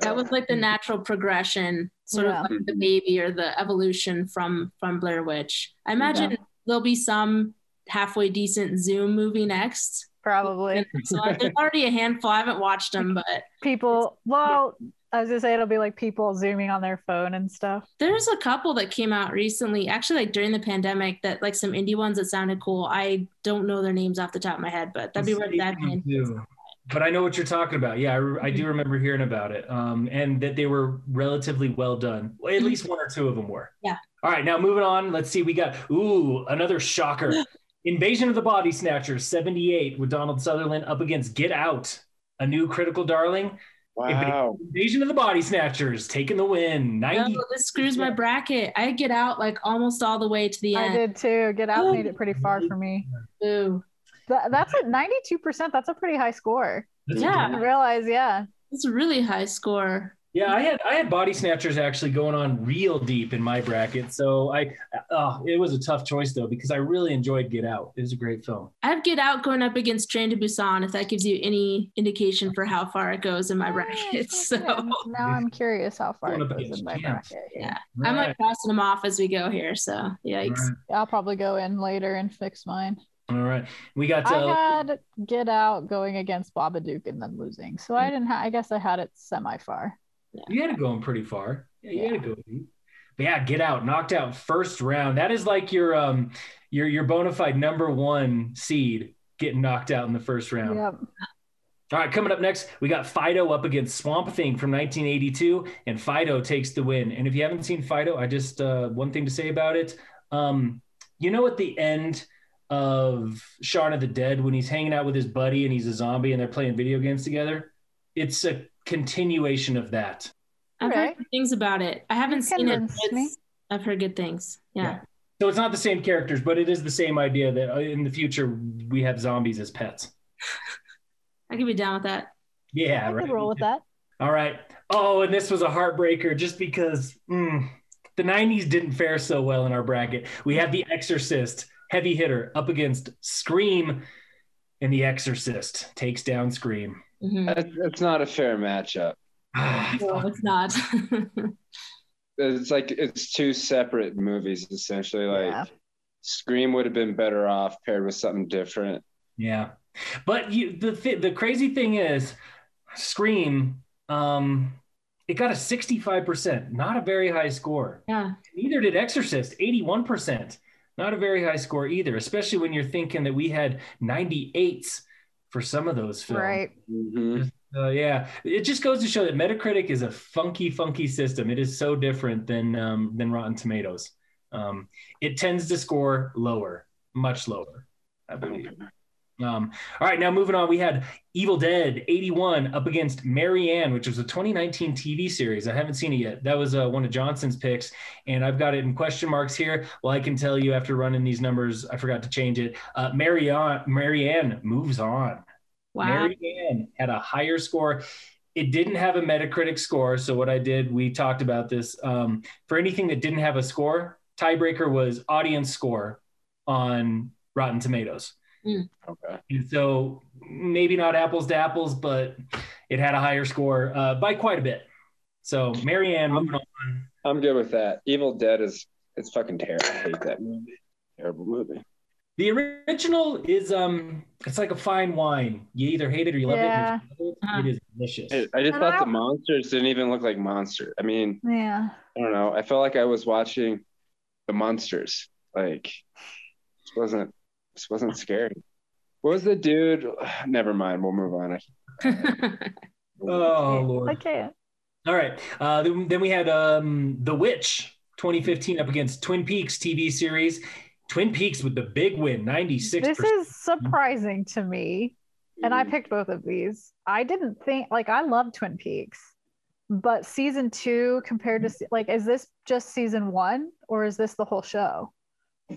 [SPEAKER 4] That was like the natural progression, sort
[SPEAKER 3] Yeah.
[SPEAKER 4] of like the baby or the evolution from from Blair Witch. I imagine there'll be some halfway decent Zoom movie next.
[SPEAKER 3] probably
[SPEAKER 4] So uh, there's already a handful. I haven't watched them, but
[SPEAKER 3] people well i was gonna say it'll be like people zooming on their phone and stuff
[SPEAKER 4] there's a couple that came out recently, actually like during the pandemic, that like some indie ones that sounded cool. I don't know their names off the top of my head, but that'd be worth that. Mm-hmm. in.
[SPEAKER 2] Yeah. But I know what you're talking about. Yeah, I, re- I do remember hearing about it, um, and that they were relatively well done. Well, at least one or two of them were.
[SPEAKER 4] Yeah.
[SPEAKER 2] All right, now moving on. Let's see. We got ooh another shocker:
[SPEAKER 4] [gasps]
[SPEAKER 2] Invasion of the Body Snatchers '78 with Donald Sutherland up against Get Out, a new critical darling.
[SPEAKER 5] Wow.
[SPEAKER 2] Invasion of the Body Snatchers taking the win.
[SPEAKER 4] No,
[SPEAKER 2] Ninety.
[SPEAKER 4] Oh, this screws my bracket. I get out like almost all the way to the
[SPEAKER 3] i
[SPEAKER 4] end.
[SPEAKER 3] did too get out
[SPEAKER 4] Oh.
[SPEAKER 3] made it pretty far for [gasps] me
[SPEAKER 4] Ooh.
[SPEAKER 3] That, that's at 92%. That's a pretty high score.
[SPEAKER 2] That's
[SPEAKER 4] Yeah.
[SPEAKER 3] I didn't realize, yeah.
[SPEAKER 4] It's a really high score.
[SPEAKER 2] Yeah, I had I had body snatchers actually going on real deep in my bracket, so I uh, it was a tough choice though because I really enjoyed Get Out. It was a great film.
[SPEAKER 4] I have Get Out going up against Train to Busan, if that gives you any indication for how far it goes in my
[SPEAKER 3] Yeah,
[SPEAKER 4] bracket. [laughs] So
[SPEAKER 3] yeah. now I'm curious how far
[SPEAKER 2] Going
[SPEAKER 3] it
[SPEAKER 2] up
[SPEAKER 3] goes
[SPEAKER 2] against
[SPEAKER 3] in my
[SPEAKER 2] Champs.
[SPEAKER 3] bracket.
[SPEAKER 4] Yeah.
[SPEAKER 3] Yeah.
[SPEAKER 4] I'm
[SPEAKER 2] All
[SPEAKER 4] like crossing them off as we go here. So yikes.
[SPEAKER 3] I'll probably go in later and fix mine.
[SPEAKER 2] All right, we got
[SPEAKER 3] I
[SPEAKER 2] uh,
[SPEAKER 3] had Get Out going against Babadook and then losing. So I didn't ha- I guess I had it semi far.
[SPEAKER 2] you had it going pretty far. Yeah, you had it going deep. But yeah, Get Out knocked out first round. That is like your um your your bona fide number one seed getting knocked out in the first round.
[SPEAKER 3] Yep.
[SPEAKER 2] All right, coming up next, we got Fido up against Swamp Thing from 1982, and Fido takes the win. And if you haven't seen Fido, I just uh, one thing to say about it. Um, you know, at the end of Shaun of the Dead, when he's hanging out with his buddy and he's a zombie and they're playing video games together, it's a continuation of that.
[SPEAKER 4] I've heard
[SPEAKER 3] Okay.
[SPEAKER 4] good things about it. I haven't seen it.
[SPEAKER 3] convinced
[SPEAKER 4] but
[SPEAKER 3] me.
[SPEAKER 4] I've heard good things. Yeah.
[SPEAKER 2] So it's not the same characters, but it is the same idea that uh, in the future we have zombies as pets.
[SPEAKER 4] I could be down with that.
[SPEAKER 2] Yeah,
[SPEAKER 3] I
[SPEAKER 2] right.
[SPEAKER 3] could roll with that.
[SPEAKER 2] All right. Oh, and this was a heartbreaker just because mm, the 90s didn't fare so well in our bracket. We had The Exorcist, heavy hitter, up against Scream, and The Exorcist takes down Scream. [sighs]
[SPEAKER 4] Mhm.
[SPEAKER 5] That's, that's not a fair matchup.
[SPEAKER 2] Ah,
[SPEAKER 4] No,
[SPEAKER 2] fuck.
[SPEAKER 4] it's not. [laughs]
[SPEAKER 5] It's like it's two separate movies essentially. Like
[SPEAKER 3] Yeah.
[SPEAKER 5] Scream would have been better off paired with something different.
[SPEAKER 2] yeah. But you, the, th- the crazy thing is, Scream, um, it got a 65%, not a very high score.
[SPEAKER 4] yeah.
[SPEAKER 2] Neither did Exorcist, 81%. Not a very high score either, especially when you're thinking that we had 98s for some of those films.
[SPEAKER 3] Right.
[SPEAKER 5] Mhm.
[SPEAKER 2] Uh, yeah. It just goes to show that Metacritic is a funky, funky system. It is so different than, um, than Rotten Tomatoes. Um, it tends to score lower, much lower, I believe. Um, all right, now moving on, we had Evil Dead 81 up against Marianne, which was a 2019 TV series. I haven't seen it yet. That was uh, one of Johnson's picks, and I've got it in question marks here. Well, I can tell you after running these numbers, I forgot to change it. Uh, Marianne, Marianne moves on.
[SPEAKER 4] Wow. [laughs]
[SPEAKER 2] Marianne had a higher score. It didn't have a Metacritic score. So, what I did, we talked about this. Um, for anything that didn't have a score, tiebreaker was audience score on Rotten Tomatoes.
[SPEAKER 5] Okay.
[SPEAKER 2] And so maybe not apples to apples, but it had a higher score uh, by quite a bit. So Marianne, moving on.
[SPEAKER 5] I'm good with that. Evil Dead is it's fucking terrible. I hate that movie. Terrible movie.
[SPEAKER 2] The original is um, it's like a fine wine. You either hate it or you love
[SPEAKER 3] Yeah.
[SPEAKER 2] it. and if you love It It is delicious.
[SPEAKER 5] I I just
[SPEAKER 3] And
[SPEAKER 5] thought
[SPEAKER 3] I-
[SPEAKER 5] the monsters didn't even look like monsters. I mean,
[SPEAKER 3] Yeah.
[SPEAKER 5] I don't know. I felt like I was watching the monsters. Like this wasn't this wasn't scary. What was the dude? [sighs] Never mind. We'll move on.
[SPEAKER 2] Oh lord.
[SPEAKER 3] I can't.
[SPEAKER 2] All right. Uh, then, then we had um, The Witch 2015 up against Twin Peaks TV series. Twin Peaks with the big win, 96%.
[SPEAKER 3] This is surprising to me. And
[SPEAKER 5] Mm-hmm.
[SPEAKER 3] I picked both of these. I didn't think like I love Twin Peaks, but season two compared to se- like is this just season one or is this the whole show?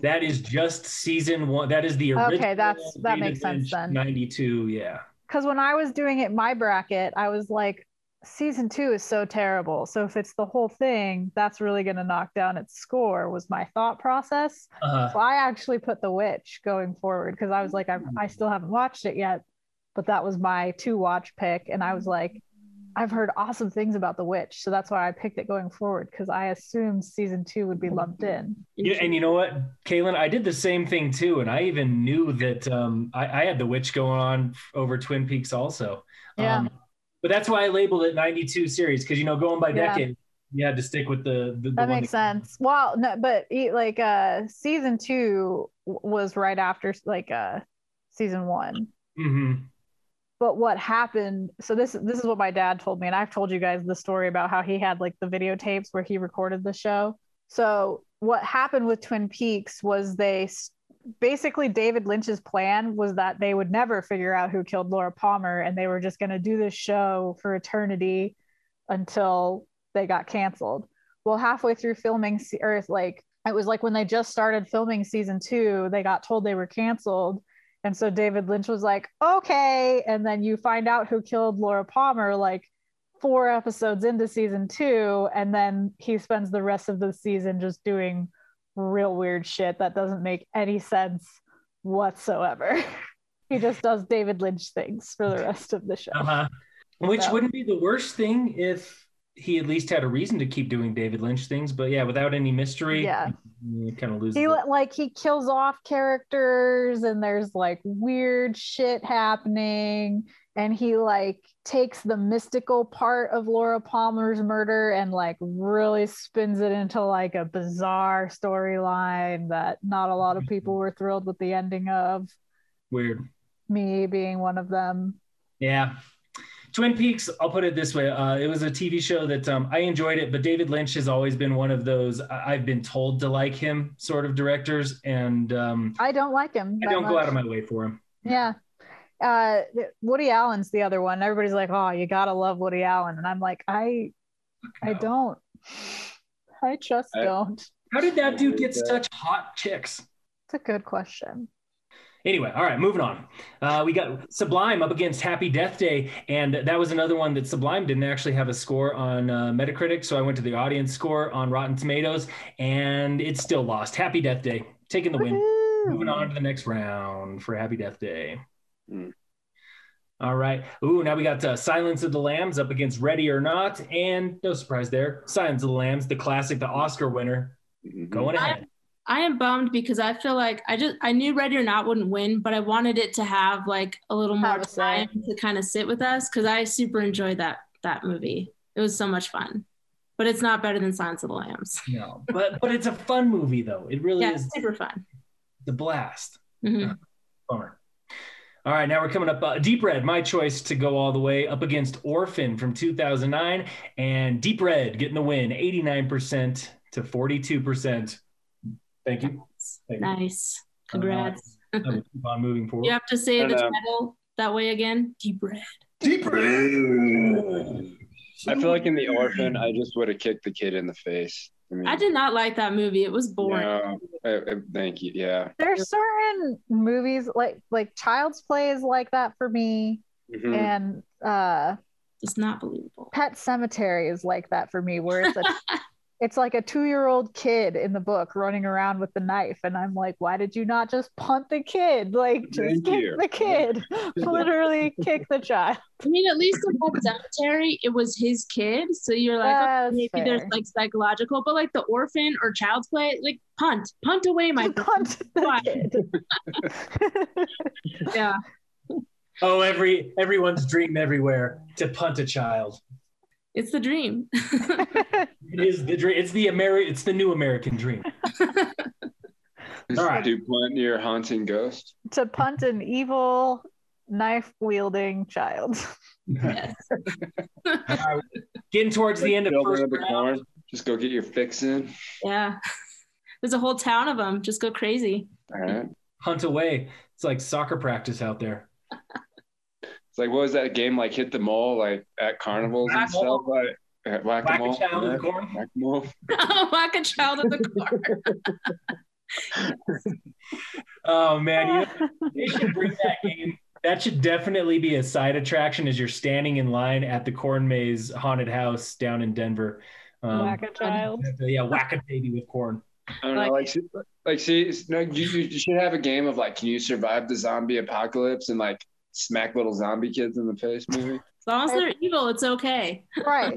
[SPEAKER 2] that is just season one. That is the
[SPEAKER 3] Okay,
[SPEAKER 2] original.
[SPEAKER 3] that's- that
[SPEAKER 2] David
[SPEAKER 3] makes sense
[SPEAKER 2] Lynch,
[SPEAKER 3] then.
[SPEAKER 2] 92, yeah.
[SPEAKER 3] Because when I was doing it my bracket, I was like, season two is so terrible. So if it's the whole thing, that's really gonna knock down its score. Was my thought process.
[SPEAKER 2] Uh,
[SPEAKER 3] So I actually put The Witch going forward because I was like, I, I still haven't watched it yet, but that was my two watch pick. And I was like, I've heard awesome things about The Witch. So that's why I picked it going forward because I assumed season two would be lumped in.
[SPEAKER 2] yeah, and you know what, Kaylin? I did the same thing too. And I even knew that um, I, I had The Witch going on f- over Twin Peaks also.
[SPEAKER 3] Yeah.
[SPEAKER 2] Um, but that's why I labeled it 92 series because, you know, going by
[SPEAKER 3] Yeah.
[SPEAKER 2] decade, you had to stick with the, the, the
[SPEAKER 3] That
[SPEAKER 2] one
[SPEAKER 3] makes sense. Well, no, but e- like uh season two w- was right after like uh season one.
[SPEAKER 2] hmm
[SPEAKER 3] but what happened so this this is what my dad told me and i've told you guys the story about how he had like the videotapes where he recorded the show so what happened with twin peaks was they s- basically david lynch's plan was that they would never figure out who killed laura palmer and they were just going to do this show for eternity until they got canceled well halfway through filming se- or like it was like when they just started filming season two they got told they were canceled and so David Lynch was like, okay. And then you find out who killed Laura Palmer like four episodes into season two. And then he spends the rest of the season just doing real weird shit that doesn't make any sense whatsoever. [laughs] he just does David Lynch things for the rest of the show.
[SPEAKER 2] Uh-huh. Which
[SPEAKER 3] So-
[SPEAKER 2] wouldn't be the worst thing if he at least had a reason to keep doing David Lynch things, but yeah, without any mystery,
[SPEAKER 3] Yeah.
[SPEAKER 2] you kind of lose.
[SPEAKER 3] He li- like he kills off characters and there's like weird shit happening and he like takes the mystical part of Laura Palmer's murder and like really spins it into like a bizarre storyline that not a lot of people
[SPEAKER 2] Mm-hmm.
[SPEAKER 3] were thrilled with the ending of
[SPEAKER 2] weird.
[SPEAKER 3] me being one of them.
[SPEAKER 2] Yeah. Twin Peaks, I'll put it this way. Uh, it was a TV show that um, I enjoyed it, but David Lynch has always been one of those I- I've been told to like him sort of directors. And um,
[SPEAKER 3] I don't like him.
[SPEAKER 2] I
[SPEAKER 3] that
[SPEAKER 2] don't go
[SPEAKER 3] much.
[SPEAKER 2] out of my way for him.
[SPEAKER 3] Yeah. Uh, Woody Allen's the other one. Everybody's like, "Oh, you gotta love Woody Allen," and I'm like, I, I
[SPEAKER 2] No.
[SPEAKER 3] don't. I just
[SPEAKER 5] I-
[SPEAKER 3] don't.
[SPEAKER 2] How did that dude get
[SPEAKER 5] Yeah.
[SPEAKER 2] such hot chicks?
[SPEAKER 3] It's a good question.
[SPEAKER 2] Anyway, all right, moving on. Uh, we got Sublime up against Happy Death Day, and that was another one that Sublime didn't actually have a score on uh, Metacritic, so I went to the audience score on Rotten Tomatoes, and it still lost. Happy Death Day taking the win.
[SPEAKER 3] Woohoo!
[SPEAKER 2] Moving on to the next round for Happy Death Day.
[SPEAKER 5] Mm.
[SPEAKER 2] All right. Ooh, now we got uh, Silence of the Lambs up against Ready or Not, and no surprise there, Silence of the Lambs, the classic, the Oscar winner,
[SPEAKER 5] Mhm.
[SPEAKER 2] going ahead.
[SPEAKER 4] I am bummed because I feel like I just I knew Ready or Not wouldn't win, but I wanted it to have like a little more
[SPEAKER 3] Have a say.
[SPEAKER 4] time to kind of sit with us because I super enjoyed that that movie. It was so much fun, but it's not better than Silence of the Lambs.
[SPEAKER 2] No, but but it's a fun movie though. It really
[SPEAKER 4] Yeah,
[SPEAKER 2] is
[SPEAKER 4] it's super fun.
[SPEAKER 2] the blast.
[SPEAKER 4] Mhm.
[SPEAKER 2] Bummer. All right, now we're coming up. Uh, Deep Red, my choice to go all the way up against Orphan from 2009, and Deep Red getting the win, 89% to 42%. Thank you. Thank you.
[SPEAKER 4] Nice. Congrats.
[SPEAKER 2] Uh, I will keep on moving forward.
[SPEAKER 4] You have to say
[SPEAKER 5] And,
[SPEAKER 4] the
[SPEAKER 5] um,
[SPEAKER 4] title that way again. Deep Red.
[SPEAKER 2] Deep Red.
[SPEAKER 5] I feel like in the orphan, I just would have kicked the kid in the face. I, mean,
[SPEAKER 4] I did not like that movie. It was boring.
[SPEAKER 5] no, I, I- thank you. Yeah.
[SPEAKER 3] There's certain movies like like Child's Play is like that for me,
[SPEAKER 2] Mm-hmm. Hmm.
[SPEAKER 5] Mhm.
[SPEAKER 3] and uh,
[SPEAKER 4] It's not believable. [laughs]
[SPEAKER 3] Pet Cemetery is like that for me, where it's a it's like a two-year-old kid in the book running around with the knife and i'm like why did you not just punt the kid like
[SPEAKER 5] Thank
[SPEAKER 3] just kick
[SPEAKER 5] you.
[SPEAKER 2] [laughs]
[SPEAKER 3] the kid literally kick
[SPEAKER 4] [laughs]
[SPEAKER 3] the child
[SPEAKER 4] I mean, at least in Pet Cemetery, it was his kid. So you're like, oh,
[SPEAKER 3] That's
[SPEAKER 4] maybe
[SPEAKER 3] fair.
[SPEAKER 4] there's like psychological, but like the orphan or child's play, like punt, punt away,
[SPEAKER 3] [laughs]
[SPEAKER 4] my
[SPEAKER 3] punt
[SPEAKER 4] [laughs] Why?
[SPEAKER 3] the kid
[SPEAKER 4] yeah.
[SPEAKER 2] Oh, every everyone's dream everywhere to punt a child.
[SPEAKER 4] It's the dream. [laughs]
[SPEAKER 2] It is the dream. It's the Ameri- It's the new American [laughs] dream. All right.
[SPEAKER 5] Do blunt your haunting ghost.
[SPEAKER 3] to punt an evil knife-wielding child
[SPEAKER 4] yes.
[SPEAKER 2] Getting towards the end of
[SPEAKER 5] Children
[SPEAKER 2] first
[SPEAKER 5] the
[SPEAKER 2] round.
[SPEAKER 5] corn. Just go get your fix in.
[SPEAKER 4] Yeah. There's a whole town of them. Just go crazy. [laughs]
[SPEAKER 5] All right.
[SPEAKER 2] hunt away. It's like soccer practice out there.
[SPEAKER 5] It's like what was that game like? Hit the mole like at carnivals and stuff. Like uh, whack a
[SPEAKER 2] Whack
[SPEAKER 5] mole.
[SPEAKER 2] a child in the corn.
[SPEAKER 5] Whack a mole.
[SPEAKER 4] Whack a child in the car.
[SPEAKER 2] Oh man, you they should bring that game. That should definitely be a side attraction as you're standing in line at the corn maze haunted house down in Denver. Um,
[SPEAKER 3] [laughs]
[SPEAKER 2] uh,
[SPEAKER 3] whack a child
[SPEAKER 2] yeah, whack a baby with corn.
[SPEAKER 5] I don't know. Like, she, like she, no, you, you you should have a game of like, can you survive the zombie apocalypse and like smack little zombie kids in the face, maybe.
[SPEAKER 4] As long as they're evil, it's okay.
[SPEAKER 2] [laughs]
[SPEAKER 3] right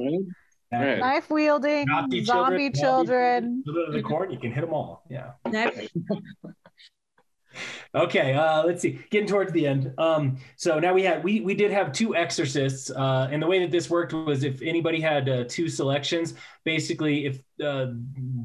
[SPEAKER 5] Right? Right.
[SPEAKER 3] knife wielding
[SPEAKER 2] Nazi
[SPEAKER 3] zombie children
[SPEAKER 2] Little bit of the corn, you can hit them all. Yeah.
[SPEAKER 4] That,
[SPEAKER 2] Okay. Uh, let's see. Getting towards the end. Um, so now we had we we did have two exorcists, uh, and the way that this worked was if anybody had uh, two selections, basically if uh,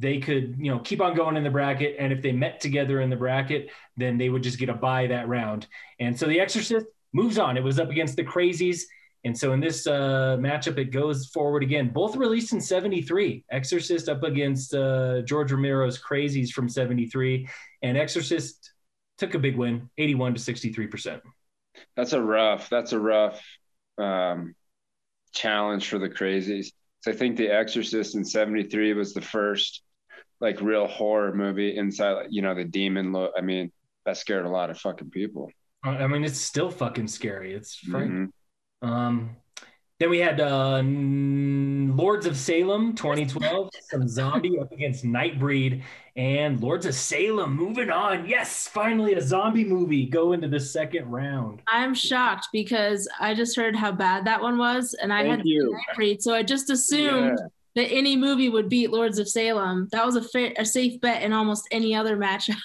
[SPEAKER 2] they could you know keep on going in the bracket, and if they met together in the bracket, then they would just get a bye that round. And so the exorcist moves on. It was up against the crazies. And so in this uh, matchup, it goes forward again. Both released in 73. Exorcist up against uh, George Romero's Crazies from 73. And Exorcist took a big win, 81 to 63%.
[SPEAKER 5] That's a rough. That's a rough um, challenge for the crazies. So I think The Exorcist in '73 was the first like real horror movie inside. like, You know, the demon. Lo- I mean, that scared a lot of fucking people.
[SPEAKER 2] Uh, I mean, it's still fucking scary. It's frightening.
[SPEAKER 5] Mhm.
[SPEAKER 2] Um, then we had uh, n- Lords of
[SPEAKER 4] [laughs]
[SPEAKER 2] Salem 2012, some zombie up against Nightbreed, and Lords of Salem moving on. Yes, finally a zombie movie go into the second round.
[SPEAKER 4] I'm shocked because I just heard how bad that one was, and I
[SPEAKER 5] Thank
[SPEAKER 4] had
[SPEAKER 5] you.
[SPEAKER 4] read, so I just assumed that any movie would beat Lords of Salem. That was a, fa- a safe bet in almost any other matchup.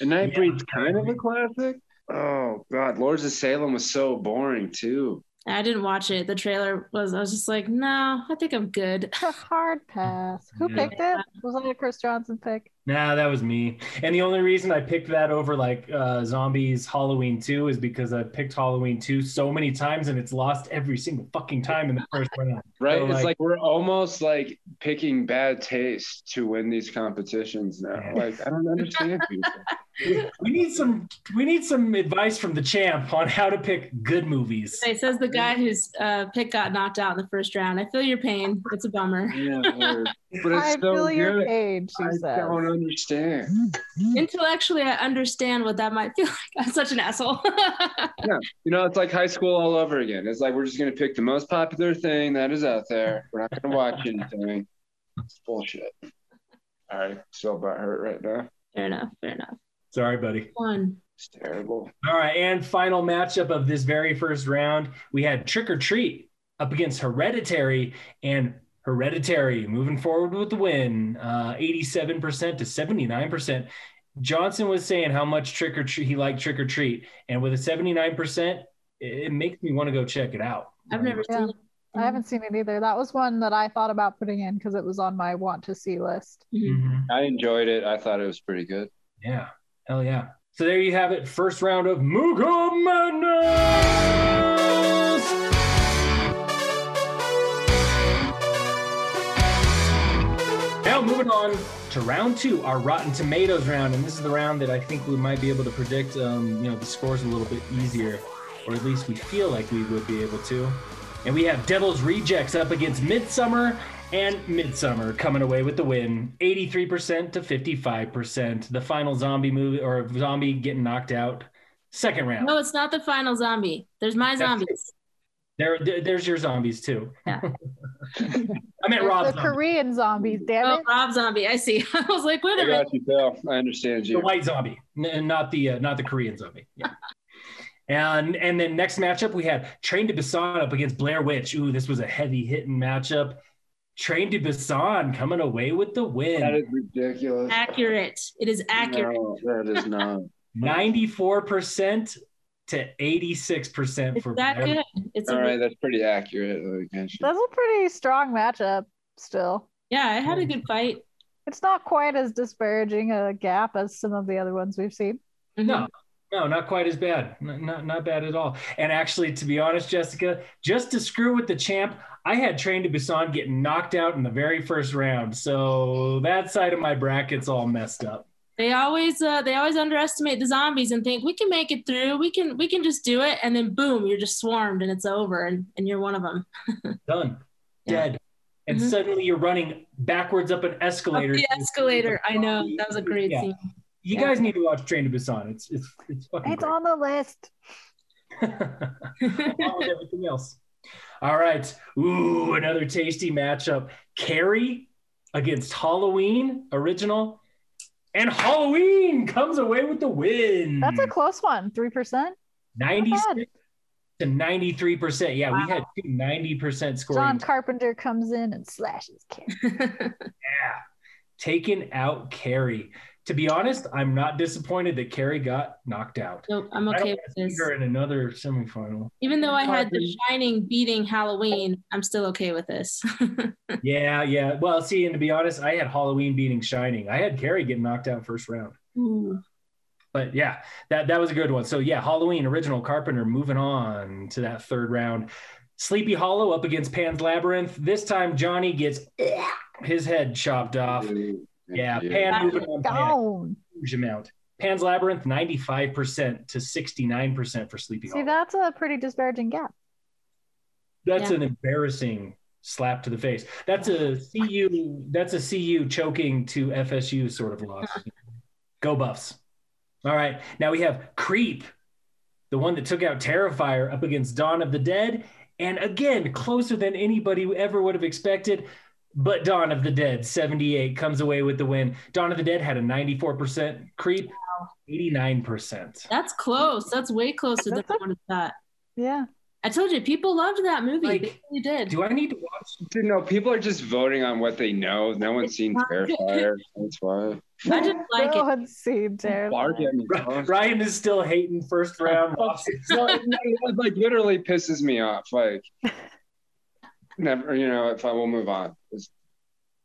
[SPEAKER 5] And Nightbreed's kind of a classic. Oh God, Lords of Salem was so boring too.
[SPEAKER 4] I didn't watch it. The trailer was, I was just like, no, I think I'm good.
[SPEAKER 3] a [laughs] hard pass who
[SPEAKER 2] Yeah.
[SPEAKER 3] picked it was that a chris johnson pick
[SPEAKER 2] Nah, that was me. And the only reason I picked that over like uh, Zombies Halloween 2 is because I picked Halloween 2 so many times and it's lost every single fucking time in the first round.
[SPEAKER 5] Right?
[SPEAKER 2] So,
[SPEAKER 5] it's
[SPEAKER 2] like-
[SPEAKER 5] like we're almost like picking bad taste to win these competitions now. Like I don't understand people.
[SPEAKER 2] We need some we need some advice from the champ on how to pick good movies.
[SPEAKER 4] It says the guy whose uh, pick got knocked out in the first round. I feel your pain. It's a bummer.
[SPEAKER 5] [laughs] Yeah, or- but it's
[SPEAKER 3] i
[SPEAKER 5] so
[SPEAKER 3] feel your
[SPEAKER 5] good.
[SPEAKER 3] age she
[SPEAKER 5] I
[SPEAKER 3] says
[SPEAKER 5] don't understand.
[SPEAKER 3] Mm.
[SPEAKER 4] Intellectually, I understand what that might feel [laughs] like. I'm such an asshole. [laughs]
[SPEAKER 5] You know, it's like high school all over again. It's like we're just gonna pick the most popular thing that is out there. We're not gonna watch anything. It's bullshit. All right, so about hurt right now.
[SPEAKER 4] fair enough. Fair enough.
[SPEAKER 2] Sorry, buddy.
[SPEAKER 4] One.
[SPEAKER 5] It's terrible.
[SPEAKER 2] All right, and final matchup of this very first round, we had Trick or Treat up against Hereditary, and Hereditary moving forward with the win, uh, 87% to 79%. Johnson was saying how much Trick or Treat he liked Trick or Treat, and with a 79%, it, it makes me want to go check it out.
[SPEAKER 4] I've never
[SPEAKER 3] Yeah.
[SPEAKER 4] seen it.
[SPEAKER 3] I haven't seen it either. That was one that I thought about putting in because it was on my want to see list.
[SPEAKER 4] Mhm.
[SPEAKER 2] Mhm.
[SPEAKER 5] I enjoyed it. I thought it was pretty good.
[SPEAKER 2] Yeah, hell yeah. So there you have it, first round of Moogle Madness. Now moving on to round two, our Rotten Tomatoes round, and this is the round that I think we might be able to predict, um, you know, the scores a little bit easier, or at least we feel like we would be able to. And we have Devil's Rejects up against Midsummer, and Midsummer coming away with the win, 83% to 55%. The final zombie movie or zombie getting knocked out, second round.
[SPEAKER 5] Mm.
[SPEAKER 4] No, it's not the final zombie. There's my
[SPEAKER 2] That's-
[SPEAKER 4] zombies.
[SPEAKER 2] There, there- there's your zombies too. [laughs]
[SPEAKER 4] Yeah.
[SPEAKER 2] I meant
[SPEAKER 3] There's
[SPEAKER 2] Rob.
[SPEAKER 3] the
[SPEAKER 2] Zombie,
[SPEAKER 3] Korean zombies, damn
[SPEAKER 4] Oh,
[SPEAKER 3] it.
[SPEAKER 4] Rob Zombie. I see. [laughs] I was like, wait a
[SPEAKER 5] I
[SPEAKER 4] minute.
[SPEAKER 5] got you, Phil. I understand
[SPEAKER 2] the
[SPEAKER 5] you.
[SPEAKER 2] white zombie, n- not the uh, not the Korean zombie. Yeah. and and then next matchup we had Train to Busan up against Blair Witch. Ooh, this was a heavy hitting matchup. Train to Busan coming away with the
[SPEAKER 5] That
[SPEAKER 2] win.
[SPEAKER 5] is ridiculous.
[SPEAKER 4] Accurate. It is accurate.
[SPEAKER 5] No, that is
[SPEAKER 3] [laughs]
[SPEAKER 5] not.
[SPEAKER 2] 94% to 86%
[SPEAKER 4] It's
[SPEAKER 2] for
[SPEAKER 4] that
[SPEAKER 2] Blair.
[SPEAKER 4] good. It's a
[SPEAKER 5] All
[SPEAKER 4] re-
[SPEAKER 5] right, that's pretty accurate. like, actually.
[SPEAKER 3] That's a pretty strong matchup still.
[SPEAKER 4] yeah. It had a good fight.
[SPEAKER 3] It's not quite as disparaging a gap as some of the other ones we've seen.
[SPEAKER 4] Mhm.
[SPEAKER 2] No. No, not quite as bad. N- Not not bad at all. And actually, to be honest, Jessica, just to screw with the champ, I had Train to Busan get knocked out in the very first round. So that side of my bracket's all messed up.
[SPEAKER 4] They always uh, they always underestimate the zombies and think we can make it through. We can we can just do it, and then boom, you're just swarmed and it's over, and, and you're one of them.
[SPEAKER 2] Done.
[SPEAKER 4] Yeah.
[SPEAKER 2] Dead. And
[SPEAKER 4] Mhm.
[SPEAKER 2] suddenly you're running backwards up an
[SPEAKER 4] Up
[SPEAKER 2] escalator.
[SPEAKER 4] the escalator. I know that was a great
[SPEAKER 2] Yeah.
[SPEAKER 4] scene. [laughs]
[SPEAKER 2] You
[SPEAKER 4] Yeah.
[SPEAKER 2] guys need to watch Train to Busan. It's it's it's fucking
[SPEAKER 3] It's
[SPEAKER 2] great.
[SPEAKER 3] on the list.
[SPEAKER 2] along with everything else. All right. Ooh, another tasty matchup. Carrie against Halloween original. And Halloween comes away with the win.
[SPEAKER 3] That's
[SPEAKER 5] Hmm.
[SPEAKER 3] a close one. Three percent.
[SPEAKER 2] 96 to 93%. Yeah, we had two 90%
[SPEAKER 3] John
[SPEAKER 2] scoring.
[SPEAKER 3] Carpenter comes in and slashes Ken.
[SPEAKER 2] Yeah.
[SPEAKER 5] [laughs]
[SPEAKER 2] Taking out Carrie. To be honest, I'm not disappointed that Carrie got knocked out.
[SPEAKER 4] nope, I'm
[SPEAKER 2] I don't
[SPEAKER 4] okay
[SPEAKER 2] want
[SPEAKER 4] with
[SPEAKER 2] to see
[SPEAKER 4] this.
[SPEAKER 2] her in another semifinal.
[SPEAKER 4] Even though I had
[SPEAKER 2] Halloween.
[SPEAKER 4] The Shining beating Halloween, I'm still okay with this. [laughs]
[SPEAKER 2] Yeah, yeah. Well, see, and to be honest, I had Halloween beating Shining. I had Carrie getting knocked out first round.
[SPEAKER 4] Ooh.
[SPEAKER 2] But yeah, that that was a good one. So yeah, Halloween original Carpenter moving on to that third round. Sleepy Hollow up against Pan's Labyrinth. This time Johnny gets his head chopped off. Yeah, Pan moving on by a
[SPEAKER 3] Gone.
[SPEAKER 2] huge amount. Pan's Labyrinth 95% to 69% for Sleepy
[SPEAKER 3] See,
[SPEAKER 2] Hollow.
[SPEAKER 3] that's a pretty disparaging gap.
[SPEAKER 2] That's
[SPEAKER 4] Yeah.
[SPEAKER 2] an embarrassing slap to the face. That's a CU. That's a CU choking to FSU sort of loss. Go Buffs! All right, now we have Creep, the one that took out Terrifier up against Dawn of the Dead, and again closer than anybody ever would have expected. But Dawn of the Dead 78 comes away with the win. Dawn of the Dead had a 94%, Creep 89%.
[SPEAKER 4] That's close. That's way closer than I would have thought.
[SPEAKER 3] Yeah.
[SPEAKER 4] I told you, people loved that movie.
[SPEAKER 2] Like,
[SPEAKER 4] they really did.
[SPEAKER 2] Do I need to watch
[SPEAKER 5] Dude, no, people are just voting on what they know. No one's seen Terrifier. That's why.
[SPEAKER 4] I just
[SPEAKER 3] [laughs]
[SPEAKER 4] like
[SPEAKER 3] no
[SPEAKER 4] it.
[SPEAKER 3] one's seen
[SPEAKER 5] Bark
[SPEAKER 3] Terrifier.
[SPEAKER 5] at me, dog.
[SPEAKER 2] Ryan is still hating first round. losses.
[SPEAKER 5] No, it- no, it, like literally pisses me off. Like, never, you know, if I will move on. It's,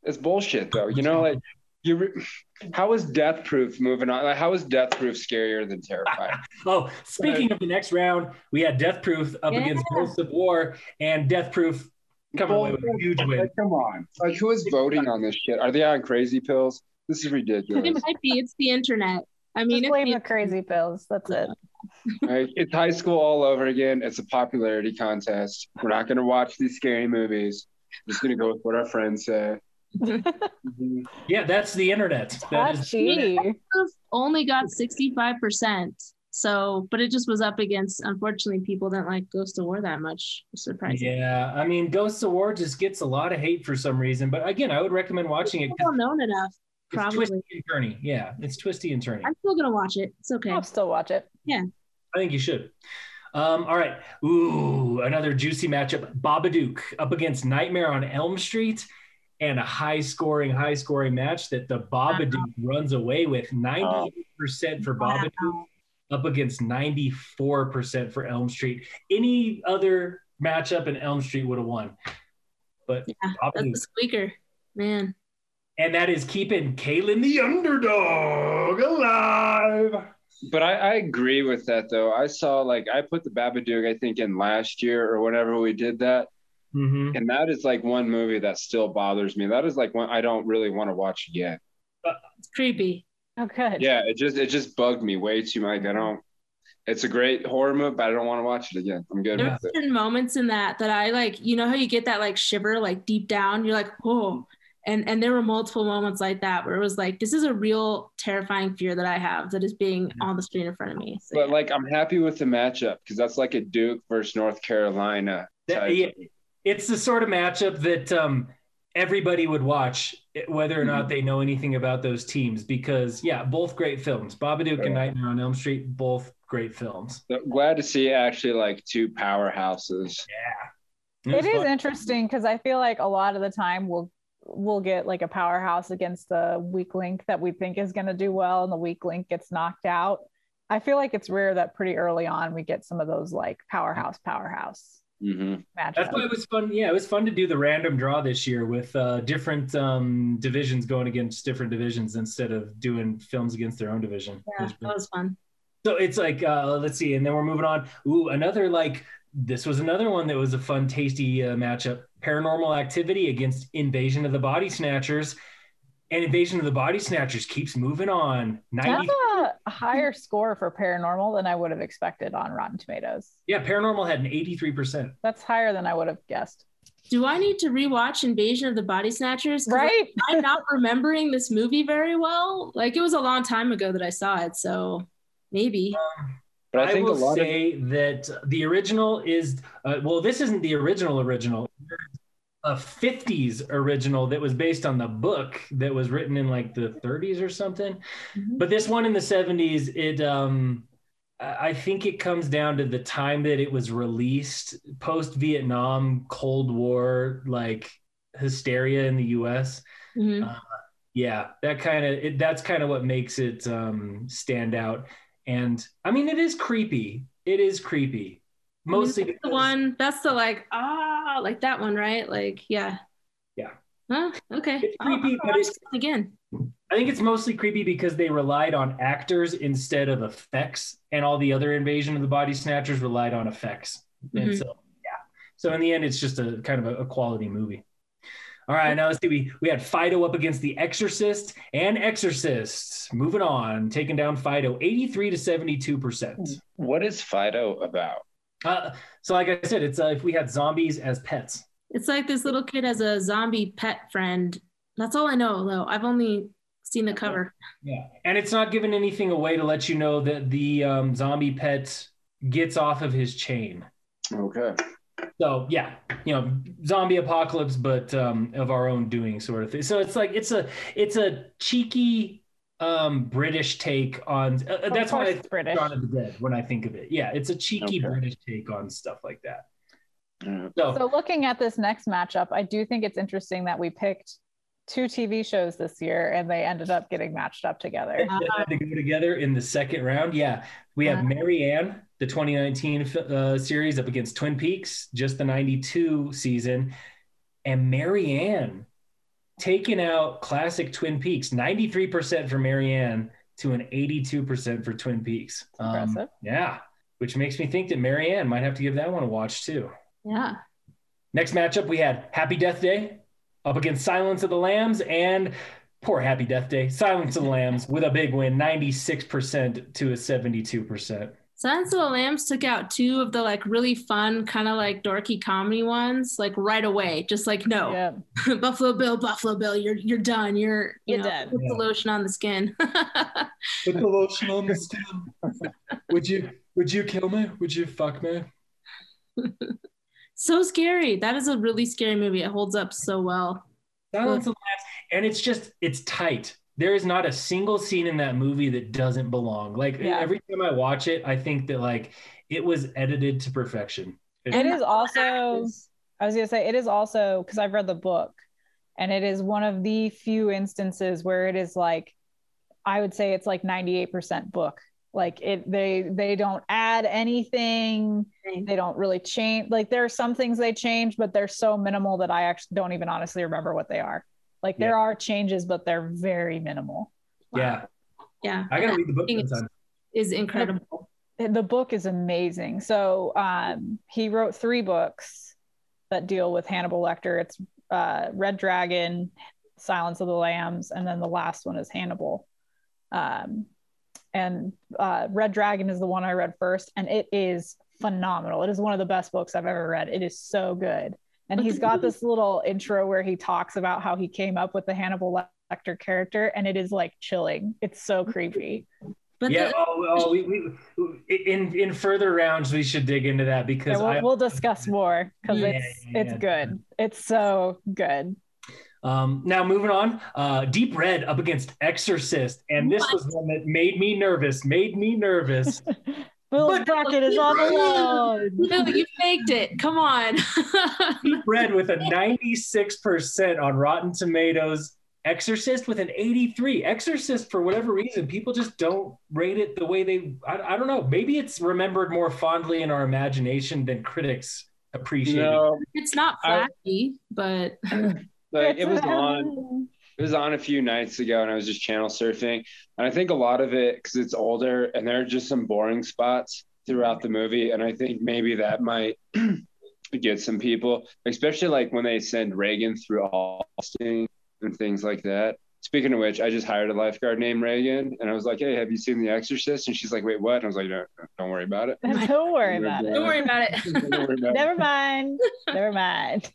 [SPEAKER 5] it's bullshit, though. You know, like, you. Re- how is Death Proof moving on? Like, how is Death Proof scarier than Terrifier?
[SPEAKER 2] Oh, speaking of the next round, we had Death Proof up
[SPEAKER 4] Yeah.
[SPEAKER 2] against Ghosts of War, and Death Proof coming away with a huge win.
[SPEAKER 5] Like, come on. Like, who is voting on this shit? Are they on crazy pills? This is
[SPEAKER 4] It [laughs]
[SPEAKER 5] ridiculous.
[SPEAKER 4] might be. It's the internet. I mean,
[SPEAKER 3] Just
[SPEAKER 4] it's
[SPEAKER 3] blame
[SPEAKER 4] the-
[SPEAKER 3] the crazy pills. That's it.
[SPEAKER 5] Like, it's high school all over again. It's a popularity contest. We're not going to watch these scary movies. We're just going to go with what our friends say. Mhm.
[SPEAKER 2] Yeah, that's the internet. That is,
[SPEAKER 3] Touchy.
[SPEAKER 4] Bulletproof only got 65%. So, but it just was up against, unfortunately, people didn't like Ghost of War that much. Surprising.
[SPEAKER 2] yeah, I mean, Ghosts of War just gets a lot of hate for some reason, but again, I would recommend watching it
[SPEAKER 4] People don't
[SPEAKER 2] because
[SPEAKER 4] know it enough.
[SPEAKER 2] it's
[SPEAKER 4] Probably.
[SPEAKER 2] twisty and turny. Yeah, it's twisty and turny.
[SPEAKER 4] I'm still going to watch it. It's okay.
[SPEAKER 2] Oh,
[SPEAKER 3] I'll still watch it.
[SPEAKER 2] I think you should. Um, all right. Ooh, another juicy matchup. Babadook up against Nightmare on Elm Street and a high scoring, high scoring match that the Babadook runs away with 98% for Babadook
[SPEAKER 4] Uh-huh. Oh. Wow.
[SPEAKER 2] up against 94% for Elm Street. Any other matchup in Elm Street would have won. But
[SPEAKER 4] Yeah, That's
[SPEAKER 2] Babadook.
[SPEAKER 4] a squeaker. Man.
[SPEAKER 2] And that is keeping Kalen the underdog alive.
[SPEAKER 5] But I, I agree with that though. I saw like I put the Babadook I think in last year or whenever we did that,
[SPEAKER 2] Mhm.
[SPEAKER 5] and that is like one movie that still bothers me. That is like one I don't really want to watch again.
[SPEAKER 4] It's creepy.
[SPEAKER 3] Oh, good.
[SPEAKER 5] Yeah, it just it just bugged me way too much. I don't. It's a great horror movie, but I don't want to watch it again. I'm good
[SPEAKER 4] There
[SPEAKER 5] with
[SPEAKER 4] were
[SPEAKER 5] it.
[SPEAKER 4] certain moments in that that I like, you know how you get that like shiver like deep down, you're like, oh. And and there were multiple moments like that where it was like, this is a real terrifying fear that I have that is being on the screen in front of me. So,
[SPEAKER 5] But
[SPEAKER 4] yeah.
[SPEAKER 5] like I'm happy with the matchup because that's like a Duke versus North Carolina. type.
[SPEAKER 2] yeah, it's the sort of matchup that um, everybody would watch, eh, whether or not they know anything about those teams. Because yeah, both great films, Babadook and Nightmare on Elm Street, both great films.
[SPEAKER 5] So glad to see actually like two powerhouses.
[SPEAKER 2] It
[SPEAKER 3] it
[SPEAKER 2] was
[SPEAKER 3] is
[SPEAKER 2] fun.
[SPEAKER 3] interesting because I feel like a lot of the time we'll we'll get like a powerhouse against the weak link that we think is going to do well, and the weak link gets knocked out. I feel like it's rare that pretty early on we get some of those like powerhouse powerhouse
[SPEAKER 5] hmm
[SPEAKER 2] That's why
[SPEAKER 3] matchups.
[SPEAKER 2] it was fun. Yeah, it was fun to do the random draw this year with uh, different um, divisions going against different divisions instead of doing films against their own division. It
[SPEAKER 4] Yeah,
[SPEAKER 2] was
[SPEAKER 4] that was fun.
[SPEAKER 2] So it's like, uh, let's see, and then we're moving on. Ooh, another like this was another one that was a fun, tasty uh, matchup: Paranormal Activity against Invasion of the Body Snatchers. And Invasion of the Body Snatchers keeps moving on.
[SPEAKER 3] That's
[SPEAKER 2] Ninety,
[SPEAKER 3] a higher score for paranormal than I would have expected on Rotten Tomatoes.
[SPEAKER 2] yeah, Paranormal had an eighty-three percent.
[SPEAKER 3] That's higher than I would have guessed.
[SPEAKER 4] Do I need to rewatch Invasion of the Body Snatchers? 'Cause
[SPEAKER 3] Right?
[SPEAKER 4] I'm not remembering this movie very well. Like it was a long time ago that I saw it, so maybe.
[SPEAKER 5] But I, think a
[SPEAKER 2] will
[SPEAKER 5] lot of
[SPEAKER 2] say that the original is uh, well, this isn't the original original. There's A 50s original that was based on the book that was written in like the 30s or something.
[SPEAKER 5] Mm-hmm.
[SPEAKER 4] Mhm.
[SPEAKER 2] But this one in the 70s, it um I I think it comes down to the time that it was released, post Vietnam, Cold War, like hysteria in the US.
[SPEAKER 4] Mhm.
[SPEAKER 2] Yeah, that kind of that's kind of what makes it um stand out. And I mean it is creepy. It is creepy.
[SPEAKER 4] I mean,
[SPEAKER 2] Mostly
[SPEAKER 4] that's the
[SPEAKER 2] because-
[SPEAKER 4] one that's the like ah like that one right like yeah
[SPEAKER 2] Yeah.
[SPEAKER 4] Huh? okay
[SPEAKER 2] It's
[SPEAKER 4] I'll-
[SPEAKER 2] creepy,
[SPEAKER 4] I'll
[SPEAKER 2] but
[SPEAKER 4] watch
[SPEAKER 2] it's-
[SPEAKER 4] this again
[SPEAKER 2] I think it's mostly creepy because they relied on actors instead of effects, and all the other invasion of the body snatchers relied on effects. And
[SPEAKER 4] Mhm.
[SPEAKER 2] so, yeah. So in the end, it's just a kind of a, a quality movie. All right, now let's see. We we had Fido up against The Exorcist and Exorcist. Moving on, taking down Fido, eighty-three to seventy-two percent.
[SPEAKER 5] what is Fido about?
[SPEAKER 2] Uh, so, like I said, it's uh, if we had zombies as pets.
[SPEAKER 4] it's like this little kid has a zombie pet friend that's all i know though i've only seen the cover
[SPEAKER 2] Yeah, and it's not giving anything away to let you know that the um, zombie pet gets off of his chain.
[SPEAKER 5] Okay.
[SPEAKER 2] So yeah, you know, zombie apocalypse, but um, of our own doing, sort of thing. So it's like it's a it's a cheeky um, British take on. Uh, uh,
[SPEAKER 3] Of
[SPEAKER 2] that's why I
[SPEAKER 3] course
[SPEAKER 2] think
[SPEAKER 3] it's British.
[SPEAKER 2] Shaun of the Dead when I think of it. Yeah, it's a cheeky
[SPEAKER 5] Okay.
[SPEAKER 2] British take on stuff like that.
[SPEAKER 5] Yeah.
[SPEAKER 2] So,
[SPEAKER 3] So looking at this next matchup, I do think it's interesting that we picked two TV shows this year and they ended up getting matched up together.
[SPEAKER 2] they had to go together in the second round. Yeah, we have Mary Ann, the 2019 fi- uh, series, up against Twin Peaks, just the 92 season. And Mary Ann taking out classic Twin Peaks, 93% for Mary Ann to an 82% for Twin Peaks. Um,
[SPEAKER 3] Impressive.
[SPEAKER 2] yeah, which makes me think that Mary Ann might have to give that one a watch too.
[SPEAKER 4] yeah
[SPEAKER 2] Next matchup, we had Happy Death Day up against Silence of the Lambs and poor Happy Death Day, Silence of the Lambs with a big win, 96% to a 72%.
[SPEAKER 4] Silence of the Lambs took out two of the like really fun, kind of like dorky comedy ones, like right away. Just like, no, [laughs]
[SPEAKER 3] Yeah.
[SPEAKER 4] Buffalo Bill, Buffalo Bill, you're you're done. You're you
[SPEAKER 3] You're
[SPEAKER 4] know,
[SPEAKER 3] done.
[SPEAKER 4] Put the lotion on the skin. [laughs]
[SPEAKER 2] Put the lotion on the skin. Would you would you kill me? Would you fuck me?
[SPEAKER 4] so scary. That is a really scary movie. It holds up so well. Oh, [laughs]
[SPEAKER 2] Silence of the Lambs. And it's just it's tight. There is not a single scene in that movie that doesn't belong. Like
[SPEAKER 3] Yeah.
[SPEAKER 2] every time I watch it, I think that like it was edited to perfection.
[SPEAKER 3] It is also
[SPEAKER 4] actors.
[SPEAKER 3] I was gonna say it is also because I've read the book and it is one of the few instances where it is like I would say it's like 98% book. Like it they they don't add anything, they don't really change like there are some things they change, but they're so minimal that I actually don't even honestly remember what they are. Like there are changes, but they're very minimal.
[SPEAKER 2] Yeah.
[SPEAKER 4] Yeah.
[SPEAKER 2] I gotta read the book
[SPEAKER 4] Acting is-
[SPEAKER 2] sometime.
[SPEAKER 4] Is incredible.
[SPEAKER 3] the book is amazing. So um, he wrote three books that deal with Hannibal Lecter. It's uh, Red Dragon, Silence of the Lambs, and then the last one is Hannibal. Um, and uh, Red Dragon is the one I read first, and it is phenomenal. It is one of the best books I've ever read. It is so good. And he's got this little intro where he talks about how he came up with the Hannibal Lecter character, and it is like chilling. It's so creepy.
[SPEAKER 4] But
[SPEAKER 2] yeah.
[SPEAKER 4] the,
[SPEAKER 2] oh, oh, we, we, in in further rounds, we should dig into that
[SPEAKER 3] Yeah,
[SPEAKER 2] because
[SPEAKER 3] we'll,
[SPEAKER 2] I,
[SPEAKER 3] we'll discuss more because
[SPEAKER 4] Yeah,
[SPEAKER 3] it's
[SPEAKER 2] yeah,
[SPEAKER 3] it's
[SPEAKER 2] yeah.
[SPEAKER 3] good. It's so good.
[SPEAKER 2] Um, now moving on, uh, Deep Red up against Exorcist, and this was one that made me nervous. Made me
[SPEAKER 3] [laughs]
[SPEAKER 2] nervous.
[SPEAKER 3] Bill's
[SPEAKER 4] But-
[SPEAKER 3] bracket is on the line.
[SPEAKER 4] no, you faked it. Come on. [laughs]
[SPEAKER 2] Deep Red with a 96% on Rotten Tomatoes. Exorcist with an 83. Exorcist, for whatever reason, people just don't rate it the way they. I, I don't know. Maybe it's remembered more fondly in our imagination than critics appreciate. it.
[SPEAKER 5] No,
[SPEAKER 4] it's not
[SPEAKER 5] I-
[SPEAKER 4] flashy, but
[SPEAKER 5] like it was
[SPEAKER 3] It's-
[SPEAKER 5] on. It was on a few nights ago, and I was just channel surfing, and I think a lot of it because it's older, and there are just some boring spots throughout the movie, and I think maybe that might [clears throat] get some people, especially like when they send Reagan through Austin and things like that. Speaking of which, I just hired a lifeguard named Reagan, and I was like, "Hey, have you seen The Exorcist?" And she's like, "Wait, what?" And I was like, "No, don't worry about it."
[SPEAKER 3] [laughs]
[SPEAKER 5] [laughs]
[SPEAKER 3] Don't worry about it.
[SPEAKER 4] don't worry about
[SPEAKER 2] [laughs]
[SPEAKER 4] it.
[SPEAKER 5] Don't worry about it.
[SPEAKER 3] Never mind. Never mind.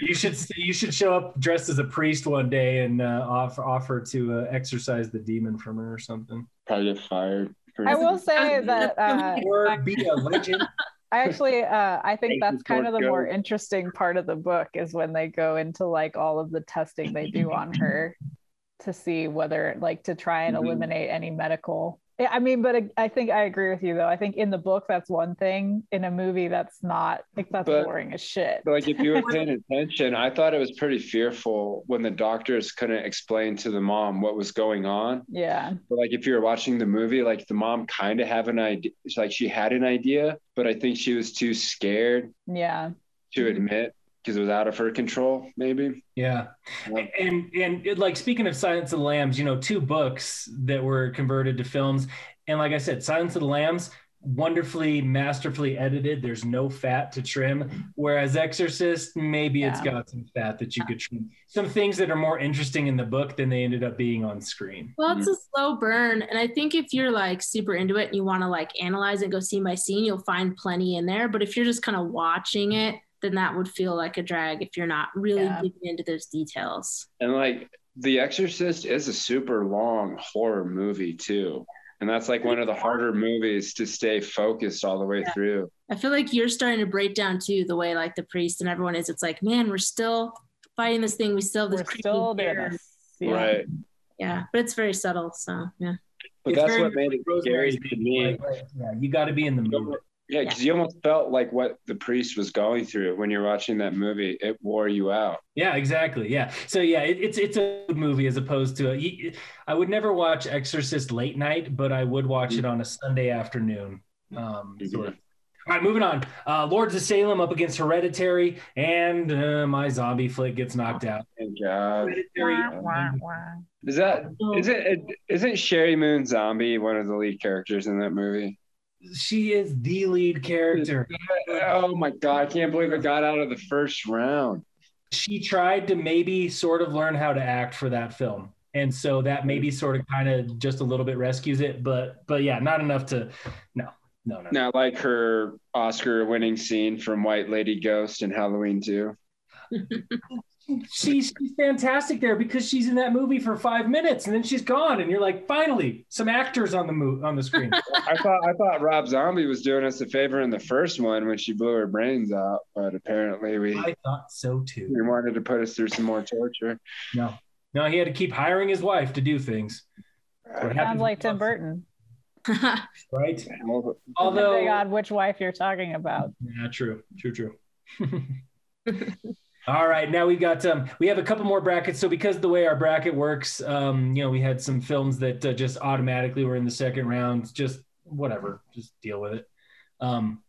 [SPEAKER 2] You should you should show up dressed as a priest one day and uh, offer offer to uh, exorcise the demon from her or something.
[SPEAKER 5] Probably get fired. for-
[SPEAKER 3] I will say that uh,
[SPEAKER 2] Or be a legend.
[SPEAKER 3] I actually, uh, I think
[SPEAKER 5] Thank
[SPEAKER 3] that's
[SPEAKER 5] you,
[SPEAKER 3] kind of the
[SPEAKER 5] Porco.
[SPEAKER 3] more interesting part of the book is when they go into like all of the testing they do on her to see whether, like, to try and
[SPEAKER 5] Mhm.
[SPEAKER 3] eliminate any medical. Yeah, I mean, but I, I think I agree with you though. I think in the book that's one thing. In a movie, that's not. Like, that's
[SPEAKER 5] But-
[SPEAKER 3] boring as shit.
[SPEAKER 5] But, like
[SPEAKER 2] [laughs]
[SPEAKER 5] if you were paying attention, I thought it was pretty fearful when the doctors couldn't explain to the mom what was going on.
[SPEAKER 3] Yeah,
[SPEAKER 5] But like if you were watching the movie, like the mom kind of have an idea, it's like she had an idea, but I think she was too scared
[SPEAKER 3] yeah.
[SPEAKER 5] to
[SPEAKER 2] Mm-hmm.
[SPEAKER 5] admit because it was out of her control. Maybe
[SPEAKER 2] Yeah.
[SPEAKER 5] Yeah.
[SPEAKER 2] And and it, like speaking of Silence of the Lambs, you know, two books that were converted to films. And like I said, Silence of the Lambs wonderfully masterfully edited. There's no fat to trim whereas Exorcist maybe it's
[SPEAKER 3] Yeah.
[SPEAKER 2] got some fat that you could trim. Some things that are more interesting in the book than they ended up being on screen.
[SPEAKER 4] Well, it's a slow burn. And I think if you're like super into it and you want to like analyze and go scene by scene, you'll find plenty in there. But if you're just kind of watching it, then that would feel like a drag if you're not really
[SPEAKER 3] Yeah.
[SPEAKER 4] digging into those details.
[SPEAKER 5] and like The Exorcist is a super long horror movie too, and that's like one of the harder movies to stay focused all the way
[SPEAKER 4] Yeah.
[SPEAKER 5] through.
[SPEAKER 4] I feel like you're starting to break down too the way like the priest and everyone is. It's like, man, we're still fighting this thing. We still have Oh, this
[SPEAKER 3] We're
[SPEAKER 4] creepy
[SPEAKER 3] still doing
[SPEAKER 4] fear.
[SPEAKER 3] this. Yeah.
[SPEAKER 5] Right,
[SPEAKER 4] Yeah, but it's very subtle. So yeah,
[SPEAKER 5] but
[SPEAKER 2] It's
[SPEAKER 5] that's
[SPEAKER 2] very
[SPEAKER 5] what made it scary
[SPEAKER 2] Rosemary's
[SPEAKER 5] to
[SPEAKER 2] Baby,
[SPEAKER 5] me.
[SPEAKER 2] like, like, yeah, you got to be in the mood.
[SPEAKER 5] Yeah,
[SPEAKER 4] Yeah.
[SPEAKER 5] because you almost felt like what the priest was going through when you're watching that movie. It wore you out.
[SPEAKER 2] Yeah, exactly. Yeah. So yeah, it, it's it's a good movie as opposed to a, y- I would never watch Exorcist late night, but I would watch
[SPEAKER 5] Mm-hmm.
[SPEAKER 2] it on a Sunday afternoon. Um, sort of. All right, moving on. Uh, Lords of Salem up against Hereditary, and uh, my zombie flick gets knocked
[SPEAKER 5] Oh.
[SPEAKER 2] out.
[SPEAKER 5] Thank God.
[SPEAKER 2] Hereditary.
[SPEAKER 5] Is that
[SPEAKER 4] Oh.
[SPEAKER 5] is it isn't Sherry Moon Zombie one of the lead characters in that movie?
[SPEAKER 2] She is the lead character.
[SPEAKER 5] Oh my god, I can't believe it got out of the first round.
[SPEAKER 2] She tried to maybe sort of learn how to act for that film. And so that maybe sort of kind of just a little bit rescues it, but but yeah, not enough to no, no, no. no.
[SPEAKER 5] Now like her Oscar winning scene from White Lady Ghost and Halloween 2.
[SPEAKER 2] she's, she's fantastic there because she's in that movie for five minutes and then she's gone and you're like finally some actors on the mo- on the screen
[SPEAKER 5] I thought I thought Rob Zombie was doing us a favor in the first one when she blew her brains out, but apparently we
[SPEAKER 2] i thought so too
[SPEAKER 5] we wanted to put us through some more torture.
[SPEAKER 2] no no he had to keep hiring his wife to do things That's what happens
[SPEAKER 3] Sounds like Tim
[SPEAKER 2] with us,
[SPEAKER 3] Burton.
[SPEAKER 4] Oh,
[SPEAKER 2] right
[SPEAKER 5] Well,
[SPEAKER 2] although
[SPEAKER 3] Depending on which wife you're talking about.
[SPEAKER 2] yeah true true true All right, now we've got um, we have a couple more brackets. So because the way our bracket works, um, you know, we had some films that uh, just automatically were in the second round. Just whatever, just deal with it. Um,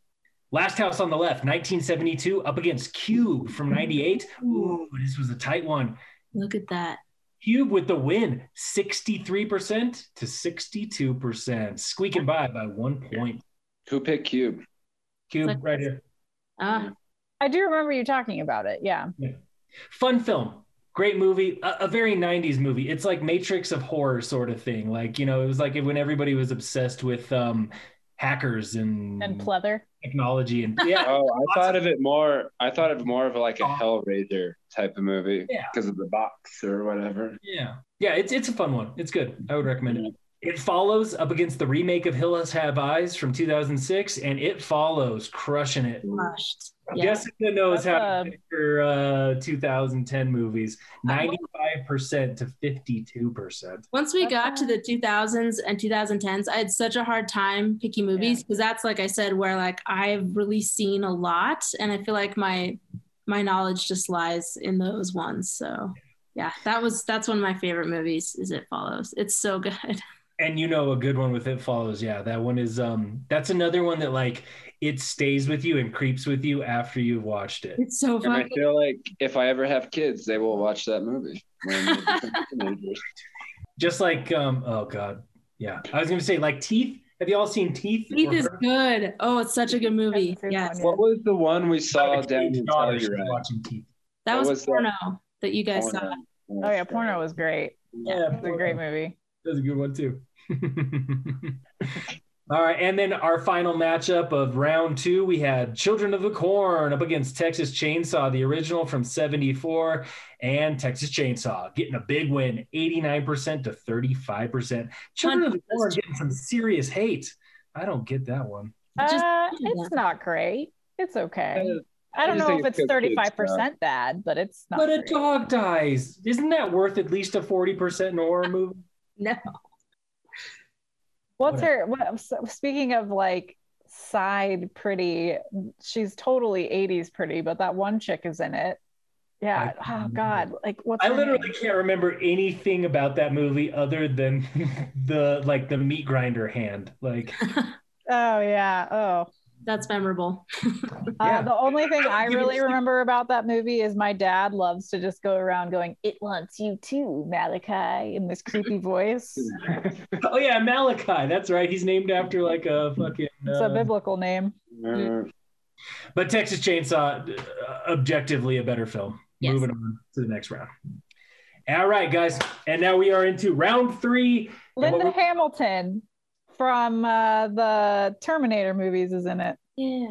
[SPEAKER 2] Last House on the Left, 1972, up against Cube from '98. Ooh, this was a tight one.
[SPEAKER 4] [laughs] look at that.
[SPEAKER 2] Cube with the win, 63% to 62%, squeaking by by one point.
[SPEAKER 5] who picked Cube?
[SPEAKER 2] Cube right here.
[SPEAKER 4] Ah,
[SPEAKER 3] I do remember you talking about it. Yeah.
[SPEAKER 2] fun film great movie a, a very 90s movie it's like matrix of horror sort of thing like you know it was like when everybody was obsessed with um hackers and,
[SPEAKER 5] Mm-hmm.
[SPEAKER 3] And pleather.
[SPEAKER 2] technology
[SPEAKER 3] [laughs]
[SPEAKER 2] and yeah
[SPEAKER 5] Oh, I thought of it more. I thought of more of like a Hellraiser type of movie
[SPEAKER 2] Yeah.
[SPEAKER 5] because of the box or whatever.
[SPEAKER 2] yeah yeah it's it's a fun one it's good i would recommend it It Follows up against the remake of Hills Have Eyes from 2006, and It Follows crushing it.
[SPEAKER 4] Crushed. Yeah.
[SPEAKER 2] Jessica knows
[SPEAKER 3] That's,
[SPEAKER 2] how
[SPEAKER 3] um,
[SPEAKER 2] to pick her uh, 2010 movies 95% to 52%.
[SPEAKER 4] Once we
[SPEAKER 3] That's
[SPEAKER 4] got to the 2000s and 2010s, I had such a hard time picking movies because that's like I said, where like I've really seen a lot, and I feel like my my knowledge just lies in those ones. So yeah, that was that's one of my favorite movies. Is It Follows? It's so good. [laughs]
[SPEAKER 2] And you know, a good one with It Follows. Yeah, that one is, um, that's another one that like it stays with you and creeps with you after you've watched it.
[SPEAKER 4] It's so
[SPEAKER 5] And I
[SPEAKER 4] fun.
[SPEAKER 5] feel like if I ever have kids, they will watch that movie. when they
[SPEAKER 4] [laughs]
[SPEAKER 5] become teenagers.
[SPEAKER 2] Just like, um, oh God. Yeah. I was going to say, like Teeth. Have you all seen Teeth?
[SPEAKER 4] Teeth
[SPEAKER 2] Or
[SPEAKER 4] is
[SPEAKER 2] Her-
[SPEAKER 4] good. Oh, it's such a good movie.
[SPEAKER 3] That's a good
[SPEAKER 4] Yes,
[SPEAKER 3] one,
[SPEAKER 5] what was the one we saw
[SPEAKER 2] My
[SPEAKER 5] down in
[SPEAKER 2] daughter, she's
[SPEAKER 5] Telluride?
[SPEAKER 2] watching Teeth.
[SPEAKER 4] that
[SPEAKER 5] What
[SPEAKER 4] was,
[SPEAKER 5] was that?
[SPEAKER 4] porno that you guys saw. [laughs]
[SPEAKER 5] Porno.
[SPEAKER 3] Oh yeah, Porno was great.
[SPEAKER 2] Yeah,
[SPEAKER 3] It's a great movie.
[SPEAKER 2] That's a good one too. [laughs] All right, and then our final matchup of round two, we had Children of the Corn up against Texas Chainsaw, the original from '74, and Texas Chainsaw getting a big win, 89% to 35%. Children of the Corn getting some serious hate. I don't get that one.
[SPEAKER 4] Just-
[SPEAKER 3] Uh,
[SPEAKER 4] yeah.
[SPEAKER 3] it's not great. It's okay. I
[SPEAKER 5] I
[SPEAKER 3] don't
[SPEAKER 5] just
[SPEAKER 3] know
[SPEAKER 5] think
[SPEAKER 3] if
[SPEAKER 5] it's
[SPEAKER 3] it's
[SPEAKER 5] good
[SPEAKER 3] thirty
[SPEAKER 5] kids,
[SPEAKER 3] five percent bad, but it's not.
[SPEAKER 2] But a
[SPEAKER 3] great.
[SPEAKER 2] dog dies. Isn't that worth at least a 40% in a horror movie?
[SPEAKER 4] No,
[SPEAKER 3] What's
[SPEAKER 2] Whatever.
[SPEAKER 3] her? What, so- speaking of like side pretty, she's totally '80s pretty, but that one chick is in it. Yeah.
[SPEAKER 2] I
[SPEAKER 3] oh
[SPEAKER 2] can't
[SPEAKER 3] God. Like what's?
[SPEAKER 2] I
[SPEAKER 3] her
[SPEAKER 2] literally
[SPEAKER 3] name?
[SPEAKER 2] can't remember anything about that movie other than [laughs] the like the meat grinder hand. Like
[SPEAKER 3] Oh yeah. Oh.
[SPEAKER 4] that's memorable.
[SPEAKER 2] Yeah.
[SPEAKER 3] Uh, the only thing I
[SPEAKER 2] give it
[SPEAKER 3] really
[SPEAKER 2] a-
[SPEAKER 3] remember about that movie is my dad loves to just go around going, "It wants you too, Malachi," in this creepy voice. It's
[SPEAKER 2] oh yeah, Malachi. That's right. He's named after like a fucking.
[SPEAKER 3] a
[SPEAKER 2] uh,
[SPEAKER 3] biblical name.
[SPEAKER 5] Uh,
[SPEAKER 2] but Texas Chainsaw, uh, objectively a better film.
[SPEAKER 4] Yes.
[SPEAKER 2] Moving on to the next round. All right, guys, and now we are into round three. And what
[SPEAKER 3] Linda
[SPEAKER 2] we-
[SPEAKER 3] Hamilton from uh, the Terminator movies is in it.
[SPEAKER 4] Yeah.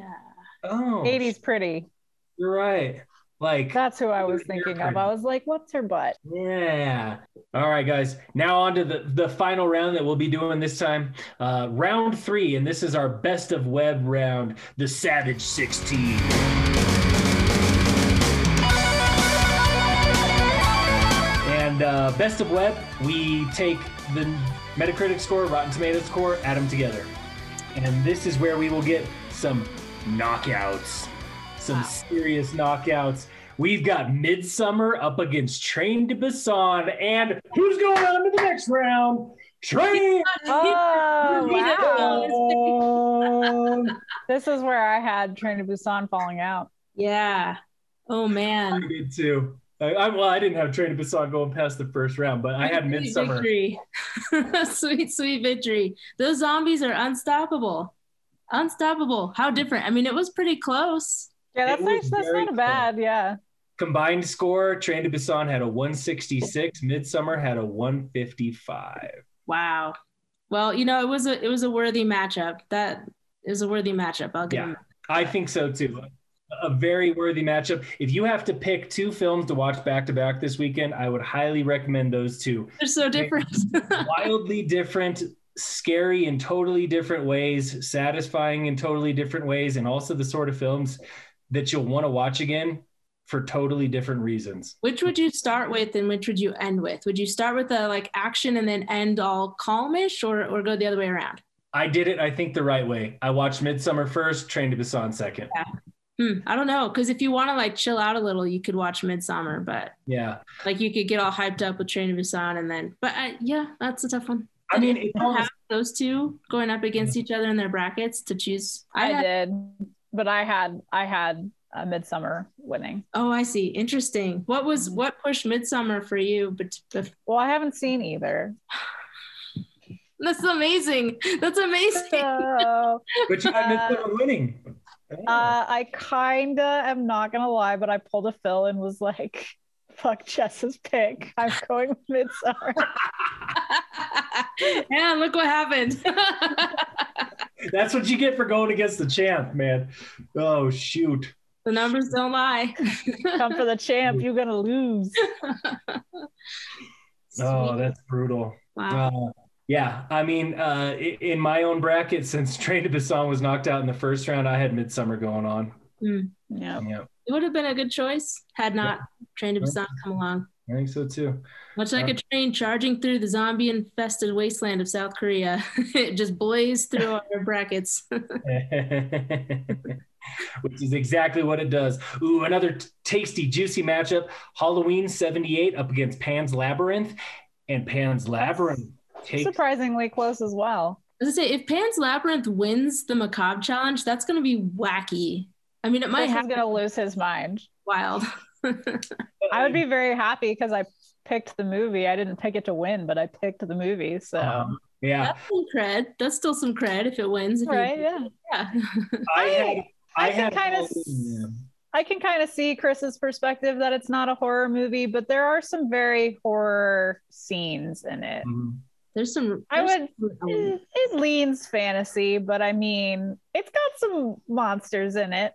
[SPEAKER 2] Oh,
[SPEAKER 3] 80s pretty.
[SPEAKER 2] You're right. Like
[SPEAKER 3] That's who I was
[SPEAKER 2] You're
[SPEAKER 3] thinking
[SPEAKER 2] pretty.
[SPEAKER 3] of. I was like, what's her butt?
[SPEAKER 4] [laughs]
[SPEAKER 2] Yeah. All right, guys. Now on to the, the final round that we'll be doing this time. Uh, round three, and this is our best of web round, the Savage 16. And uh, best of web, we take the Metacritic score, Rotten Tomatoes score, add them together. And this is where we will get some knockouts, some
[SPEAKER 4] Wow.
[SPEAKER 2] serious knockouts. We've got Midsummer up against Train to Busan, and who's going on to the next round?
[SPEAKER 4] [laughs]
[SPEAKER 2] Train.
[SPEAKER 3] Oh,
[SPEAKER 4] Read it.
[SPEAKER 3] wow.
[SPEAKER 2] to Busan.
[SPEAKER 3] This is where I had Train to Busan falling out.
[SPEAKER 4] Yeah. Oh
[SPEAKER 2] I
[SPEAKER 4] man.
[SPEAKER 2] did too. I, I, well, I didn't have Train to Busan going past the first round, but I had
[SPEAKER 4] Sweet
[SPEAKER 2] Midsummer.
[SPEAKER 4] victory. [laughs] sweet, sweet victory. Those zombies are unstoppable. Unstoppable. How different. I mean, it was pretty close.
[SPEAKER 3] Yeah, that's
[SPEAKER 2] It was
[SPEAKER 3] nice. That's
[SPEAKER 2] very
[SPEAKER 3] not a bad. Yeah.
[SPEAKER 2] Combined score: Train to Busan had a 166, Midsummer had a 155.
[SPEAKER 4] Wow. Well, you know, it was a it was a worthy matchup. That is a worthy matchup. I'll give
[SPEAKER 2] Yeah.
[SPEAKER 4] him.
[SPEAKER 2] I think so too. A very worthy matchup. If you have to pick two films to watch back to back this weekend, I would highly recommend those two.
[SPEAKER 4] They're so different. [laughs]
[SPEAKER 2] wildly different, scary in totally different ways, satisfying in totally different ways, and also the sort of films that you'll want to watch again for totally different reasons.
[SPEAKER 4] which would you start with and which would you end with? Would you start with a like action and then end all calmish or or go the other way around?
[SPEAKER 2] I did it, I think, the right way. I watched Midsummer first, Train to Busan second.
[SPEAKER 4] Hmm, I don't know. Cause if you want to like chill out a little, you could watch Midsummer, but
[SPEAKER 2] Yeah.
[SPEAKER 4] like you could get all hyped up with Train to Busan and then, but I, yeah, that's a tough one.
[SPEAKER 2] I mean, it's
[SPEAKER 4] don't
[SPEAKER 2] almost,
[SPEAKER 4] have those two going up against each other in their brackets to choose. I,
[SPEAKER 3] I,
[SPEAKER 4] had,
[SPEAKER 3] did. But I had I had uh, Midsummer winning.
[SPEAKER 4] oh, I see. Interesting. What
[SPEAKER 2] Mm-hmm.
[SPEAKER 4] was what pushed Midsummer for you? But but-
[SPEAKER 3] Well, I haven't
[SPEAKER 4] [laughs]
[SPEAKER 3] seen either.
[SPEAKER 4] that's amazing. That's
[SPEAKER 3] So [laughs]
[SPEAKER 4] amazing.
[SPEAKER 3] uh,
[SPEAKER 2] but you had Midsummer winning.
[SPEAKER 3] I kinda am not gonna lie, but I pulled a fill and was like, [laughs] fuck Jess's pick. I'm going with Midsummer.
[SPEAKER 4] and look what happened. [laughs]
[SPEAKER 2] That's what you get for going against the champ, man. Oh, shoot.
[SPEAKER 4] the numbers don't lie.
[SPEAKER 3] Come for the champ, you're gonna lose.
[SPEAKER 2] Oh,
[SPEAKER 4] Sweet.
[SPEAKER 2] that's brutal.
[SPEAKER 4] wow.
[SPEAKER 2] Uh, Yeah, I mean, uh, i- in my own bracket, [laughs] since Train to Busan was knocked out in the first round, I had Midsummer going on.
[SPEAKER 3] Yeah.
[SPEAKER 2] Yeah,
[SPEAKER 4] It would have been a good choice had not Train to Busan come along.
[SPEAKER 2] I think so
[SPEAKER 3] [laughs]
[SPEAKER 2] too. [laughs]
[SPEAKER 4] Much like a train charging through the zombie infested wasteland of South Korea, [laughs] it just blazed through our brackets. [laughs]
[SPEAKER 2] Which is exactly what it does. Ooh, another t- tasty, juicy matchup. Halloween 78 up against Pan's Labyrinth. And Pan's Labyrinth takes
[SPEAKER 3] Surprisingly close as well.
[SPEAKER 4] As I say, if Pan's Labyrinth wins the macabre challenge, that's going to be wacky. I mean, it might
[SPEAKER 3] Chris is
[SPEAKER 4] happen
[SPEAKER 3] gonna lose his mind.
[SPEAKER 4] wild.
[SPEAKER 3] I would be very happy because I picked the movie. I didn't pick it to win, but I picked the movie. So
[SPEAKER 2] Um, yeah.
[SPEAKER 4] That's some cred. That's still some cred if it wins. If you-
[SPEAKER 3] right, yeah.
[SPEAKER 4] yeah.
[SPEAKER 2] I,
[SPEAKER 3] I-
[SPEAKER 2] had,
[SPEAKER 3] I can
[SPEAKER 2] had
[SPEAKER 3] kinda
[SPEAKER 2] Halloween, yeah.
[SPEAKER 3] I can kind of see Chris's perspective that it's not a horror movie, but there are some very horror scenes in it.
[SPEAKER 2] Mhm.
[SPEAKER 4] There's some.
[SPEAKER 3] I
[SPEAKER 4] there's some
[SPEAKER 3] would- [laughs]
[SPEAKER 4] elements.
[SPEAKER 3] It, it leans fantasy, but I mean, it's got some monsters in it.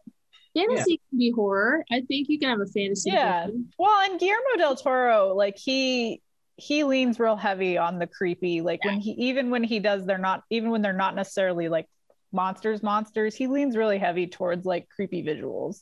[SPEAKER 4] Fantasy can be horror. I think you can have a fantasy.
[SPEAKER 3] Yeah.
[SPEAKER 4] version.
[SPEAKER 3] Well, and Guillermo del Toro, like he he leans real heavy on the creepy. Like when he even when he does, they're not even when they're not necessarily like monsters, monsters. He leans really heavy towards like creepy visuals.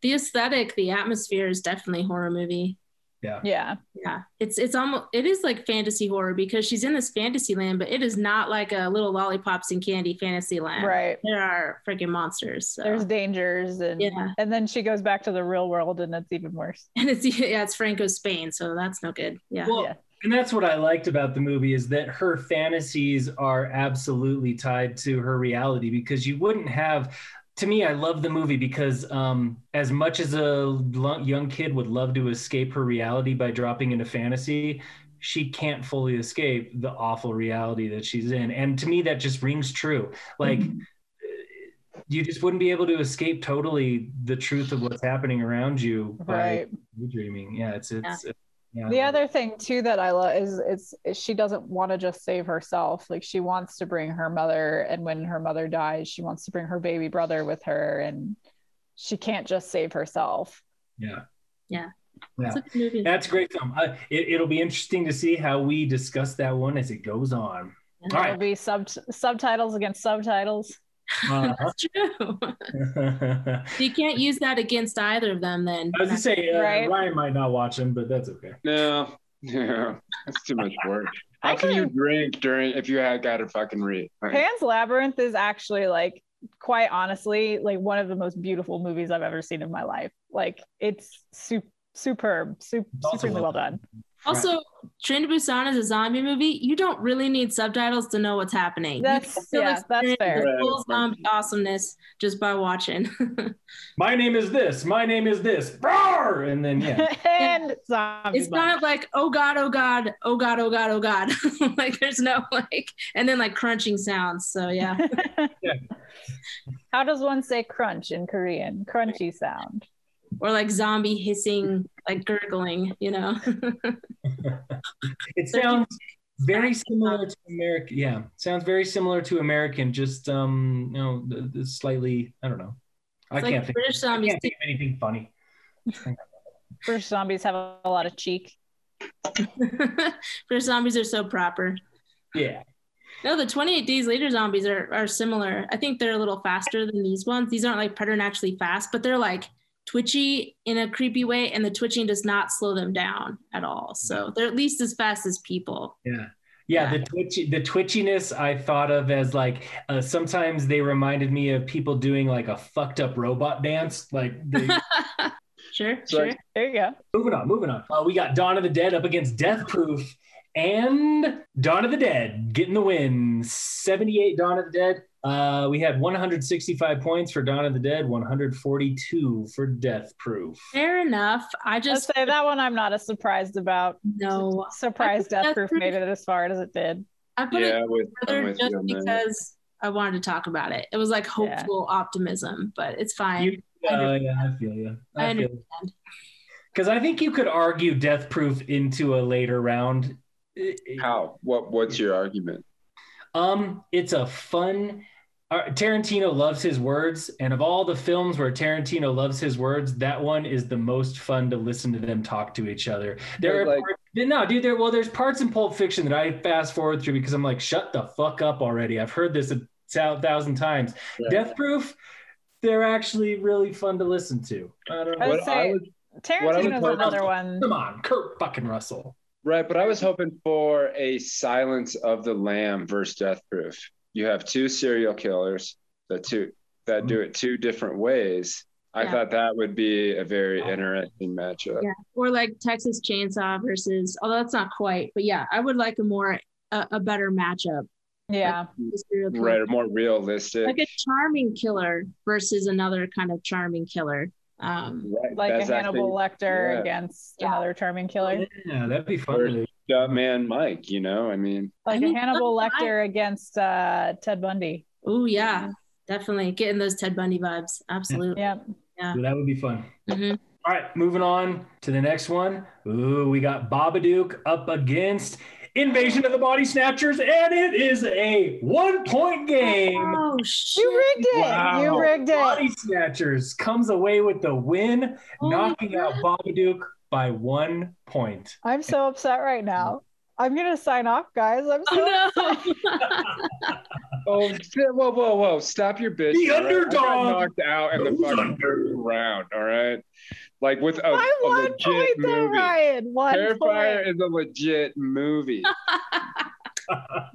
[SPEAKER 4] The aesthetic, the atmosphere is definitely a horror movie.
[SPEAKER 3] Yeah.
[SPEAKER 4] Yeah, it's it's almost it is like fantasy horror because she's in this fantasy land, but it is not like a little lollipops and candy fantasy land.
[SPEAKER 3] Right.
[SPEAKER 4] There are freaking monsters. So.
[SPEAKER 3] There's dangers and
[SPEAKER 4] Yeah. [laughs]
[SPEAKER 3] and then she goes back to the real world and it's even worse.
[SPEAKER 4] and it's yeah, it's Franco Spain, so that's no good.
[SPEAKER 3] [laughs]
[SPEAKER 4] Yeah.
[SPEAKER 2] Well,
[SPEAKER 3] Yeah.
[SPEAKER 2] and that's what I liked about the movie is that her fantasies are absolutely tied to her reality because you wouldn't have. To me, I love the movie because um, as much as a lo- young kid would love to escape her reality by dropping into fantasy, she can't fully escape the awful reality that she's in. And to me, that just rings true. Like,
[SPEAKER 3] Mm-hmm.
[SPEAKER 2] you just wouldn't be able to escape totally the truth of what's happening around you
[SPEAKER 3] Right.
[SPEAKER 2] by dreaming. Yeah, it's, it's, yeah.
[SPEAKER 3] The other thing too that I love is it's is she doesn't want to just save herself. Like she wants to bring her mother and when her mother dies, she wants to bring her baby brother with her and she can't just save herself.
[SPEAKER 2] Yeah.
[SPEAKER 4] It's a good movie.
[SPEAKER 2] That's a great film. I, it, it'll be interesting to see how we discuss that one as it goes on. All
[SPEAKER 3] There'll
[SPEAKER 2] right.
[SPEAKER 3] be sub subtitles against subtitles.
[SPEAKER 2] Uh-huh.
[SPEAKER 4] That's true.
[SPEAKER 2] [laughs]
[SPEAKER 4] [laughs]
[SPEAKER 2] I
[SPEAKER 4] you can't use that against either of them then.
[SPEAKER 2] was gonna say uh,
[SPEAKER 3] Right.
[SPEAKER 2] Ryan might not watch them, but that's okay.
[SPEAKER 5] No, [laughs] no, that's too much work. How
[SPEAKER 3] I
[SPEAKER 5] can you
[SPEAKER 3] can
[SPEAKER 5] drink during if you had got to fucking read? Like,
[SPEAKER 3] Pan's Labyrinth is actually like quite honestly like one of the most beautiful movies I've ever seen in my life. Like it's su- superb, su-
[SPEAKER 2] also
[SPEAKER 3] supremely well
[SPEAKER 2] well
[SPEAKER 3] done.
[SPEAKER 4] Also, Train to Busan is a zombie movie. You don't really need subtitles to know what's happening. You
[SPEAKER 3] That's-
[SPEAKER 4] can still
[SPEAKER 3] yeah, that's
[SPEAKER 4] experience
[SPEAKER 3] fair.
[SPEAKER 4] the full
[SPEAKER 5] Right.
[SPEAKER 4] zombie awesomeness just by watching.
[SPEAKER 2] My name is this. My name is this. Roar! And
[SPEAKER 4] [laughs]
[SPEAKER 2] then yeah,
[SPEAKER 3] [laughs] and zombie
[SPEAKER 4] it's not like oh god, oh god, oh god, oh god, oh god. [laughs] like there's no like, and then like crunching sounds. So yeah,
[SPEAKER 3] [laughs] How does one say crunch in Korean? Crunchy sound.
[SPEAKER 4] or like zombie hissing, like gurgling. You know,
[SPEAKER 2] it sounds very similar to American. Yeah, sounds very similar to American. Just um, you know, th- th- slightly. I don't know. I
[SPEAKER 4] It's like
[SPEAKER 2] can't think.
[SPEAKER 4] British
[SPEAKER 2] I
[SPEAKER 4] zombies.
[SPEAKER 2] can't think of anything funny.
[SPEAKER 3] British zombies have a lot of cheek.
[SPEAKER 4] [laughs] British zombies are so proper.
[SPEAKER 2] Yeah.
[SPEAKER 4] No, the 28 days later zombies are, are similar. I think they're a little faster than these ones. These aren't like preternaturally fast, but they're like twitchy in a creepy way, and the twitching does not slow them down at all. So they're at least as fast as people.
[SPEAKER 2] Yeah. Yeah, the twitchy, the twitchiness I thought of as like uh, sometimes they reminded me of people doing like a fucked up robot dance. Like they,
[SPEAKER 4] Sure,
[SPEAKER 5] So
[SPEAKER 4] sure.
[SPEAKER 5] I-
[SPEAKER 3] There you go.
[SPEAKER 2] moving on, moving on. Uh, we got Dawn of the Dead up against Death Proof, and Dawn of the Dead getting the win. Seventy-eight Dawn of the Dead. Uh, we had 165 points for Dawn of the Dead, 142 for Death Proof.
[SPEAKER 4] Fair enough. I
[SPEAKER 3] Let's
[SPEAKER 4] just
[SPEAKER 3] say that one I'm not as surprised about.
[SPEAKER 4] know.
[SPEAKER 3] Surprised
[SPEAKER 4] That's
[SPEAKER 3] Death Proof
[SPEAKER 4] pretty-
[SPEAKER 3] made it as far as it did.
[SPEAKER 4] I put
[SPEAKER 5] yeah,
[SPEAKER 4] it
[SPEAKER 5] with, I'm
[SPEAKER 4] further
[SPEAKER 5] with you
[SPEAKER 4] just
[SPEAKER 5] on that.
[SPEAKER 4] because I wanted to talk about it. It was like hopeful optimism, but it's fine.
[SPEAKER 2] You- Uh, yeah, I feel you.
[SPEAKER 4] I
[SPEAKER 2] I feel you. Because I think you could argue Death Proof into a later round.
[SPEAKER 5] How? What? What's your argument?
[SPEAKER 2] Um, it's a fun. Uh, Tarantino loves his words, and of all the films where Tarantino loves his words, that one is the most fun to listen to them talk to each other. There
[SPEAKER 5] But,
[SPEAKER 2] are
[SPEAKER 5] like,
[SPEAKER 2] parts No, dude. There, well, there's parts in Pulp Fiction that I fast forward through because I'm like, shut the fuck up already. I've heard this a thou- thousand times.
[SPEAKER 6] Yeah.
[SPEAKER 2] Death Proof, they're actually really fun to listen to. I don't
[SPEAKER 3] I
[SPEAKER 2] know.
[SPEAKER 3] would
[SPEAKER 5] What
[SPEAKER 3] say
[SPEAKER 5] I would- what I would
[SPEAKER 3] Tarantino's
[SPEAKER 5] call-
[SPEAKER 3] another one.
[SPEAKER 2] Come on, Kurt fucking Russell.
[SPEAKER 5] Right, but I was hoping for a Silence of the Lamb versus Death Proof. You have two serial killers that two that do it two different ways. I
[SPEAKER 4] Yeah.
[SPEAKER 5] thought that would be a very interesting matchup.
[SPEAKER 4] Yeah. or like Texas Chainsaw versus, although that's not quite, but yeah, I would like a more a, a better matchup.
[SPEAKER 3] Yeah.
[SPEAKER 4] The serial killer.
[SPEAKER 5] Right, or more realistic.
[SPEAKER 4] Like a charming killer versus another kind of charming killer. Um,
[SPEAKER 5] right,
[SPEAKER 3] Like
[SPEAKER 5] that's
[SPEAKER 3] a Hannibal Lecter
[SPEAKER 5] yeah.
[SPEAKER 3] against
[SPEAKER 4] Yeah.
[SPEAKER 3] another charming killer.
[SPEAKER 2] Yeah, that'd be fun.
[SPEAKER 5] Or-
[SPEAKER 2] to do.
[SPEAKER 5] actually Dumb Man Mike. You know, I mean,
[SPEAKER 3] Like
[SPEAKER 4] mean,
[SPEAKER 3] a Hannibal
[SPEAKER 4] I-
[SPEAKER 3] Lecter against uh, Ted Bundy.
[SPEAKER 4] oh yeah, definitely getting those Ted Bundy vibes.
[SPEAKER 3] [laughs]
[SPEAKER 4] Absolutely.
[SPEAKER 3] Yeah.
[SPEAKER 2] Yeah, that would be fun.
[SPEAKER 4] Mhm.
[SPEAKER 2] All right, moving on to the next one. Ooh, we got Babadook up against Invasion of the Body Snatchers, and it is a one-point game.
[SPEAKER 4] Oh shit!
[SPEAKER 3] You rigged it.
[SPEAKER 2] Wow.
[SPEAKER 3] Ah, You rigged it.
[SPEAKER 2] Body Snatchers comes away with the win,
[SPEAKER 4] Oh my
[SPEAKER 2] knocking out Babadook by one point. [laughs]
[SPEAKER 3] I'm so upset right now. I'm gonna sign off, guys. I'm so
[SPEAKER 4] Oh,
[SPEAKER 3] upset.
[SPEAKER 4] no.
[SPEAKER 5] oh, shit, whoa, whoa, whoa! Stop your bitch.
[SPEAKER 2] The
[SPEAKER 5] all right? I got
[SPEAKER 2] underdog
[SPEAKER 5] knocked out in the
[SPEAKER 2] goes
[SPEAKER 5] fucking
[SPEAKER 2] under.
[SPEAKER 5] first round. All right, like with a,
[SPEAKER 3] By
[SPEAKER 5] a
[SPEAKER 3] one point
[SPEAKER 5] legit
[SPEAKER 3] though,
[SPEAKER 5] movie.
[SPEAKER 3] Ryan. One point.
[SPEAKER 5] Terrifier is a legit movie.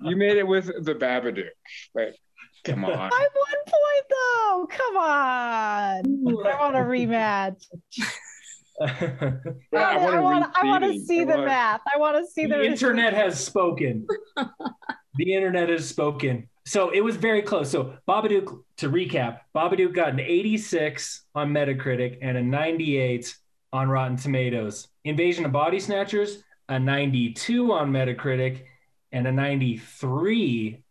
[SPEAKER 5] you made it with the Babadook. Like, come on.
[SPEAKER 3] By one point though. Come on. I want
[SPEAKER 5] [laughs]
[SPEAKER 3] a rematch.
[SPEAKER 2] the
[SPEAKER 3] I
[SPEAKER 5] wanna
[SPEAKER 3] want. I want to
[SPEAKER 5] repeat it.
[SPEAKER 3] see the
[SPEAKER 5] Come on.
[SPEAKER 3] math. I want to see the.
[SPEAKER 2] internet has spoken. the internet has spoken. So it was very close. So Babadook, to recap, Babadook got an 86 on Metacritic and a 98 on Rotten Tomatoes. Invasion of Body Snatchers, a 92 on Metacritic and a 93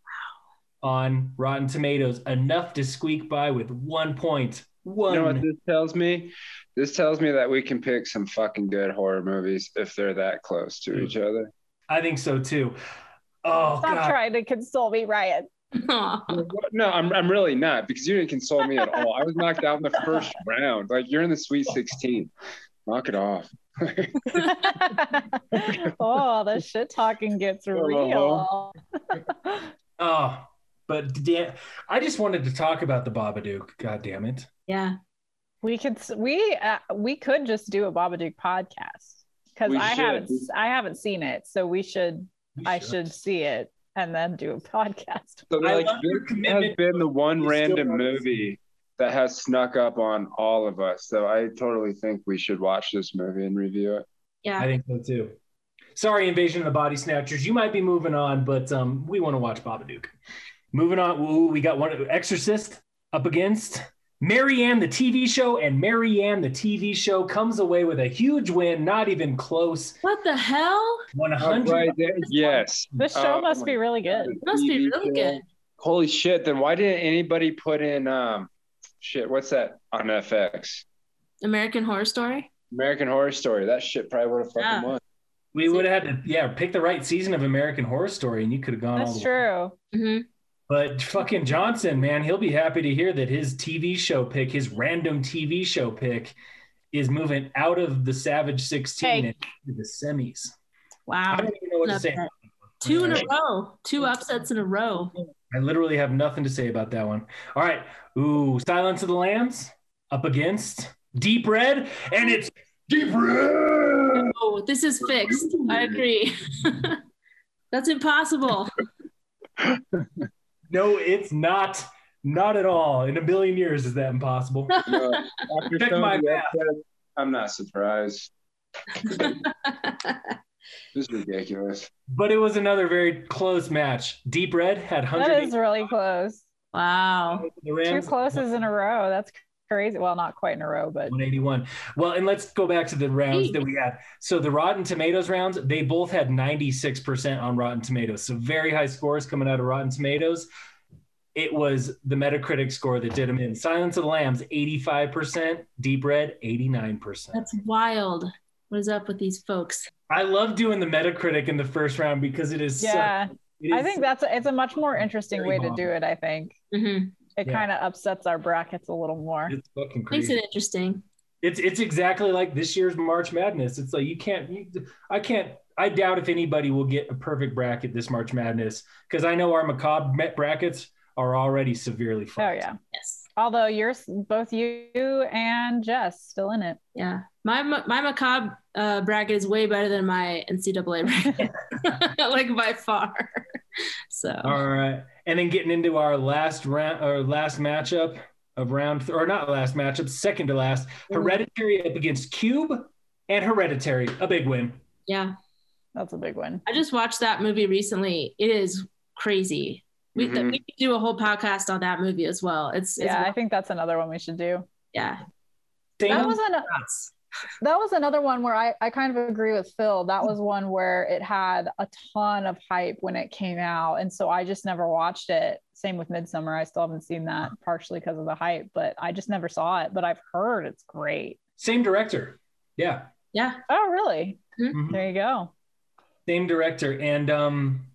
[SPEAKER 2] on Rotten Tomatoes. Enough to squeak by with one point. One.
[SPEAKER 5] You know what this tells me? This tells me that we can pick some fucking good horror movies if they're that close to each other.
[SPEAKER 2] I think so too. Oh,
[SPEAKER 3] Stop
[SPEAKER 2] God.
[SPEAKER 3] trying to console
[SPEAKER 2] [laughs]
[SPEAKER 3] me, Ryan. [laughs]
[SPEAKER 4] Aw.
[SPEAKER 5] [laughs] What? No, I'm, I'm really not because you didn't console me at all. I was knocked out in the first round. Like you're in the Sweet 16. Knock it off.
[SPEAKER 3] oh, the shit talking gets real.
[SPEAKER 2] Oh, but da- I just wanted to talk about the Babadook. God damn it.
[SPEAKER 4] [laughs] yeah.
[SPEAKER 3] [laughs] We could s- we uh, we could just do a Babadook podcast because
[SPEAKER 5] We
[SPEAKER 3] I
[SPEAKER 5] should.
[SPEAKER 3] haven't s- I haven't seen it, so we should
[SPEAKER 2] We
[SPEAKER 3] I should see it and then do a [laughs] podcast.
[SPEAKER 5] So
[SPEAKER 2] I
[SPEAKER 5] like,
[SPEAKER 2] love your
[SPEAKER 5] this has
[SPEAKER 2] commitment.
[SPEAKER 5] been the one
[SPEAKER 2] You still
[SPEAKER 5] random
[SPEAKER 2] want to see
[SPEAKER 5] movie that has snuck up on all of us. So I totally think we should watch this movie and review it.
[SPEAKER 2] I
[SPEAKER 4] Yeah.
[SPEAKER 2] think so too. Sorry, Invasion of the Body Snatchers. You might be moving on, but um, we want to watch Babadook. Moving on. Ooh, we got one Exorcist up against Marianne the TV show, and Marianne the TV show comes away with a huge win. Not even close.
[SPEAKER 4] What the hell?
[SPEAKER 2] One
[SPEAKER 5] Oh,
[SPEAKER 2] hundred.
[SPEAKER 5] right there. Yes.
[SPEAKER 3] This show
[SPEAKER 5] Oh,
[SPEAKER 3] must
[SPEAKER 5] my
[SPEAKER 3] be really good.
[SPEAKER 4] Must be really
[SPEAKER 5] Yeah.
[SPEAKER 4] good.
[SPEAKER 5] Holy shit! Then why didn't anybody put in um, shit? What's that on FX?
[SPEAKER 4] American Horror Story.
[SPEAKER 5] American Horror Story. That shit probably would have fucking
[SPEAKER 4] Yeah. [laughs]
[SPEAKER 5] won.
[SPEAKER 2] We would have had to, yeah, pick the right season of American Horror Story, and you could have gone. all
[SPEAKER 3] That's
[SPEAKER 2] the way.
[SPEAKER 3] true.
[SPEAKER 4] hmm
[SPEAKER 2] But fucking Johnson, man, he'll be happy to hear that his TV show pick, his random TV show pick, is moving out of the Savage 16
[SPEAKER 3] Hey.
[SPEAKER 2] and into the semis. I
[SPEAKER 4] Wow.
[SPEAKER 2] don't even know what to say.
[SPEAKER 4] Upset. Two in a
[SPEAKER 2] Alright.
[SPEAKER 4] row. Two upsets in a row.
[SPEAKER 2] I literally have nothing to say about that one. All right. Ooh, Silence of the Lambs up against Deep Red, and it's Deep Red.
[SPEAKER 4] Oh, this is fixed. I agree. [laughs] That's impossible. [laughs]
[SPEAKER 2] No, it's not. Not at all. In a billion years, is that
[SPEAKER 3] [laughs]
[SPEAKER 2] impossible?
[SPEAKER 5] No, after
[SPEAKER 2] Check
[SPEAKER 5] some of
[SPEAKER 2] my
[SPEAKER 5] the
[SPEAKER 2] math.
[SPEAKER 5] upsets, I'm
[SPEAKER 4] [laughs]
[SPEAKER 5] not surprised. This is ridiculous.
[SPEAKER 2] But it was another very close match. Deep Red had
[SPEAKER 3] That
[SPEAKER 2] 100.
[SPEAKER 3] is really close.
[SPEAKER 4] wow.
[SPEAKER 2] the
[SPEAKER 3] Two
[SPEAKER 2] Rams,
[SPEAKER 3] closes in a row. That's crazy. Well, not quite in a row, but
[SPEAKER 2] 181. Well, and let's go back to the rounds that we had. So the Rotten Tomatoes rounds, they both had 96% on Rotten Tomatoes. So very high scores coming out of Rotten Tomatoes. It was the Metacritic score that did them in. Silence of the Lambs, 85%. Deep Red, 89%.
[SPEAKER 4] That's wild. What is up with these folks?
[SPEAKER 2] I love doing the Metacritic in the first round because it is.
[SPEAKER 3] yeah,
[SPEAKER 2] So, it
[SPEAKER 3] I
[SPEAKER 2] is-
[SPEAKER 3] think that's a, it's a much more interesting
[SPEAKER 2] Very
[SPEAKER 3] way to
[SPEAKER 2] long.
[SPEAKER 3] do it. I think
[SPEAKER 4] hmm
[SPEAKER 3] it
[SPEAKER 2] Yeah.
[SPEAKER 3] kind of upsets our brackets a little more.
[SPEAKER 2] It's fucking
[SPEAKER 4] Makes
[SPEAKER 2] crazy.
[SPEAKER 4] it interesting.
[SPEAKER 2] It's it's exactly like this year's March Madness. It's like you can't. You, I can't. I doubt if anybody will get a perfect bracket this March Madness because I know our macabre met brackets are already severely fucked.
[SPEAKER 3] Oh yeah.
[SPEAKER 4] Yes.
[SPEAKER 3] Although you're both you and Jess still in it.
[SPEAKER 4] Yeah. My ma- my macabre uh, bracket is way better than my NCAA bracket, [laughs] like by far. [laughs] So
[SPEAKER 2] All right, and then getting into our last round or last matchup of round th- or not last matchup, second to last,
[SPEAKER 3] Mm-hmm.
[SPEAKER 2] Hereditary up against Cube, and Hereditary, a big win.
[SPEAKER 4] yeah,
[SPEAKER 3] That's a big one.
[SPEAKER 4] I just watched that movie recently. It is crazy. We th-
[SPEAKER 5] Mhm.
[SPEAKER 4] we could do a whole podcast on that movie as well. It's, it's
[SPEAKER 3] Mm-hmm. Yeah, I think that's another one we should do.
[SPEAKER 4] yeah.
[SPEAKER 3] That
[SPEAKER 2] Same-
[SPEAKER 3] was an,
[SPEAKER 4] Nuts.
[SPEAKER 3] that was another one where I, I kind of agree with Phil. That was one where it had a ton of hype when it came out. And so I just never watched it. Same with Midsummer. I still haven't seen that partially because of the hype, but I just never saw it. But I've heard it's great.
[SPEAKER 2] Same director. Yeah.
[SPEAKER 4] Yeah.
[SPEAKER 3] Oh, really?
[SPEAKER 2] Mhm.
[SPEAKER 3] There you go.
[SPEAKER 2] Same director. And um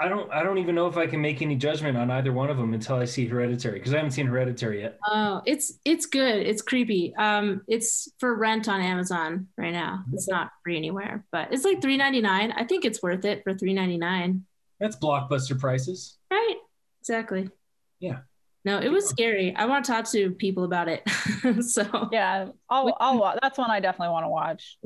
[SPEAKER 2] I don't I don't even know if I can make any judgment on either one of them until I see Hereditary because I haven't seen Hereditary yet.
[SPEAKER 4] Oh, it's it's good. It's creepy. Um, it's for rent on Amazon right now.
[SPEAKER 3] Mm-hmm.
[SPEAKER 4] It's not free anywhere, but it's like three ninety nine. I think it's worth it for three ninety nine.
[SPEAKER 2] That's blockbuster prices.
[SPEAKER 4] Right? Exactly.
[SPEAKER 2] Yeah.
[SPEAKER 4] No, it was scary. I want to talk to people about it. [laughs] so
[SPEAKER 3] Yeah. I'll, I'll, wa- that's one I definitely want to watch.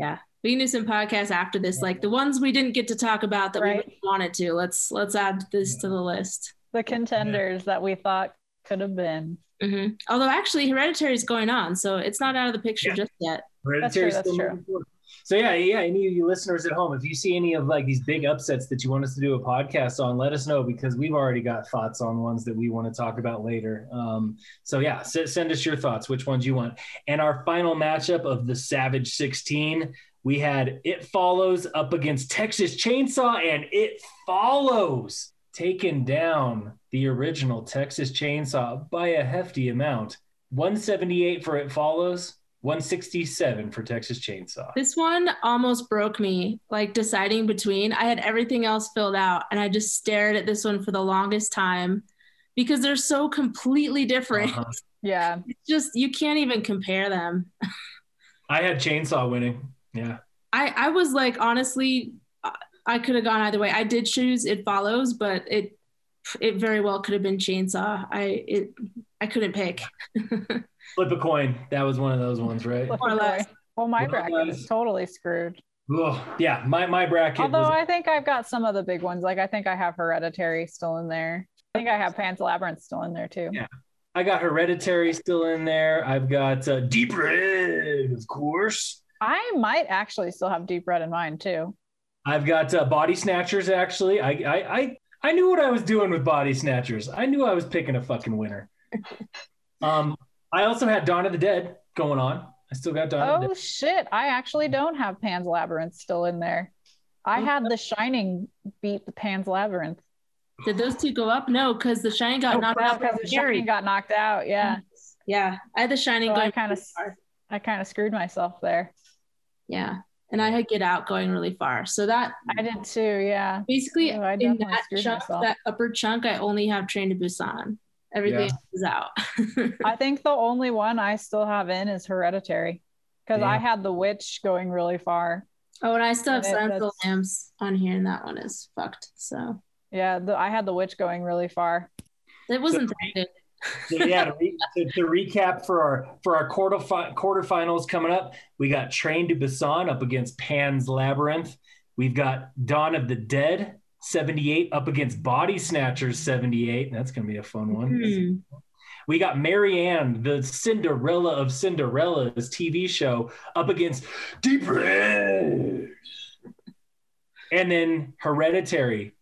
[SPEAKER 4] we can do some podcasts after this, like the ones we didn't get to talk about that we
[SPEAKER 3] Right.
[SPEAKER 4] really wanted to. Let's let's add this to the list.
[SPEAKER 3] The contenders that we thought could have been.
[SPEAKER 4] hmm Although actually, Hereditary is going on, so it's not out of the picture just yet.
[SPEAKER 2] Hereditary
[SPEAKER 3] That's true,
[SPEAKER 2] still
[SPEAKER 3] that's
[SPEAKER 2] moving forward. So yeah, yeah. Any of you listeners at home, if you see any of like these big upsets that you want us to do a podcast on, let us know because we've already got thoughts on ones that we want to talk about later. Um, so yeah, s- send us your thoughts, which ones you want. And our final matchup of the Savage 16, we had It Follows up against Texas Chainsaw, and It Follows taken down the original Texas Chainsaw by a hefty amount. 178 for It Follows, 167 for Texas Chainsaw.
[SPEAKER 4] This one almost broke me, like deciding between. I had everything else filled out, and I just stared at this one for the longest time because they're so completely different.
[SPEAKER 2] Uh-huh.
[SPEAKER 3] Yeah.
[SPEAKER 4] It's [laughs] just you can't even compare them.
[SPEAKER 2] I had Chainsaw winning. Yeah.
[SPEAKER 4] I I was like honestly, I- I could have gone either way. I did choose It Follows, but it it very well could have been Chainsaw. I it I couldn't pick. [laughs]
[SPEAKER 2] Flip a coin. That was one of those ones, right?
[SPEAKER 3] Look
[SPEAKER 4] More or
[SPEAKER 3] at
[SPEAKER 4] less.
[SPEAKER 3] Roy. Well, my
[SPEAKER 2] Well,
[SPEAKER 3] bracket is
[SPEAKER 2] guys.
[SPEAKER 3] totally screwed.
[SPEAKER 2] Ugh. Yeah. My, my bracket
[SPEAKER 3] Although
[SPEAKER 2] was.
[SPEAKER 3] I think I've got some of the big ones. Like I think I have Hereditary still in there. I think I have Pan's Labyrinth still in there too.
[SPEAKER 2] Yeah. I got Hereditary still in there. I've got uh, Deep Red, of course.
[SPEAKER 3] I might actually still have Deep Red in mine too.
[SPEAKER 2] I've got uh, Body Snatchers, actually. I, I, I, I knew what I was doing with Body Snatchers. I knew I was picking a fucking winner. um, I also had Dawn of the Dead going on. I still got Dawn of the
[SPEAKER 3] Oh
[SPEAKER 2] Dead.
[SPEAKER 3] shit! I actually don't have Pan's Labyrinth still in there. I had The Shining beat the Pan's Labyrinth.
[SPEAKER 4] Did those two go up? No, because The Shining got knocked
[SPEAKER 3] Well,
[SPEAKER 4] out by
[SPEAKER 3] Oh, because The
[SPEAKER 4] Carrie.
[SPEAKER 3] Shining got knocked out. Yeah,
[SPEAKER 4] yeah, I had The Shining.
[SPEAKER 3] So I
[SPEAKER 4] going
[SPEAKER 3] kinda
[SPEAKER 4] really far.
[SPEAKER 3] I kind of screwed myself there.
[SPEAKER 4] yeah, and I had Get Out going really far. So that
[SPEAKER 3] I did too. Yeah.
[SPEAKER 4] basically
[SPEAKER 3] Oh, I
[SPEAKER 4] in
[SPEAKER 3] definitely
[SPEAKER 4] that
[SPEAKER 3] screwed
[SPEAKER 4] chunk,
[SPEAKER 3] myself.
[SPEAKER 4] that upper chunk, I only have Train to Busan. Everything
[SPEAKER 2] Yeah.
[SPEAKER 4] else is out. [laughs]
[SPEAKER 3] I think the only one I still have in is Hereditary because I
[SPEAKER 2] Yeah.
[SPEAKER 3] had The Witch going really far.
[SPEAKER 4] oh, and I still have
[SPEAKER 3] Yeah,
[SPEAKER 4] Silence of the
[SPEAKER 3] that's-
[SPEAKER 4] Lambs on here, and that one is fucked. So
[SPEAKER 3] Yeah, the, I had The Witch going really far.
[SPEAKER 4] it wasn't
[SPEAKER 2] So-
[SPEAKER 4] that good.
[SPEAKER 2] so yeah, to, re- to, to recap for our for our quarter fi- quarterfinals coming up, we got Train to Busan up against Pan's Labyrinth. We've got Dawn of the Dead 78 up against Body Snatchers 78. That's going to be a fun one.
[SPEAKER 4] Hmm.
[SPEAKER 2] We got Marianne, the Cinderella of Cinderella's TV show, up against Deep Red. And then Hereditary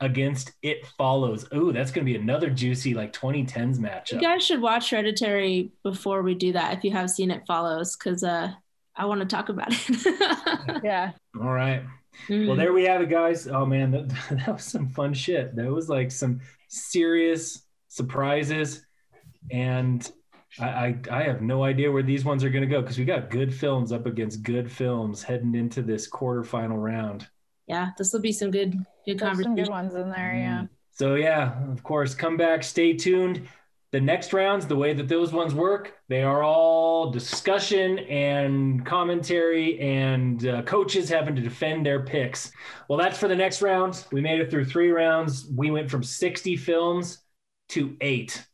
[SPEAKER 2] against It Follows. Ooh, that's going to be another juicy like 2010s matchup.
[SPEAKER 4] You guys should watch Hereditary before we do that if you have seen it follows, because uh, I want to talk about it. [laughs]
[SPEAKER 3] Yeah.
[SPEAKER 2] All right. Well,
[SPEAKER 4] Mm.
[SPEAKER 2] there we have it, guys. Oh man, that, [laughs] that was some fun shit. That was like some serious surprises, and I I, I have no idea where these ones are going to go because we got good films up against good films heading into this quarterfinal round.
[SPEAKER 4] yeah, this will be some good good
[SPEAKER 3] There's some
[SPEAKER 4] conversation.
[SPEAKER 3] good ones in there. Yeah.
[SPEAKER 2] So yeah, of course, come back, stay tuned. the next rounds, the way that those ones work, they are all discussion and commentary, and uh, coaches having to defend their picks. Well, that's for the next round. We made it through three rounds. We went from 60 films to eight.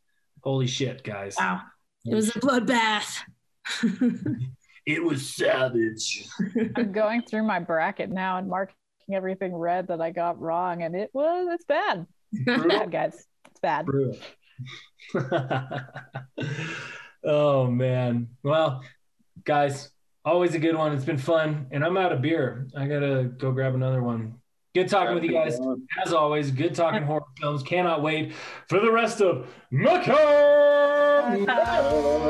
[SPEAKER 2] Holy shit, guys.
[SPEAKER 4] Wow. It was a bloodbath. [laughs]
[SPEAKER 2] It was savage.
[SPEAKER 3] I'm going through my bracket now and marking everything red that I got wrong, and it was it's bad. It's
[SPEAKER 2] Brutal.
[SPEAKER 3] bad guys. It's bad.
[SPEAKER 2] Brutal. [laughs] oh man. Well, guys, always a good one. It's been fun. And I'm out of beer. I gotta go grab another one. Good talking with you guys. As always, good talking horror films. Cannot wait for the rest of Macabre.
[SPEAKER 3] Bye.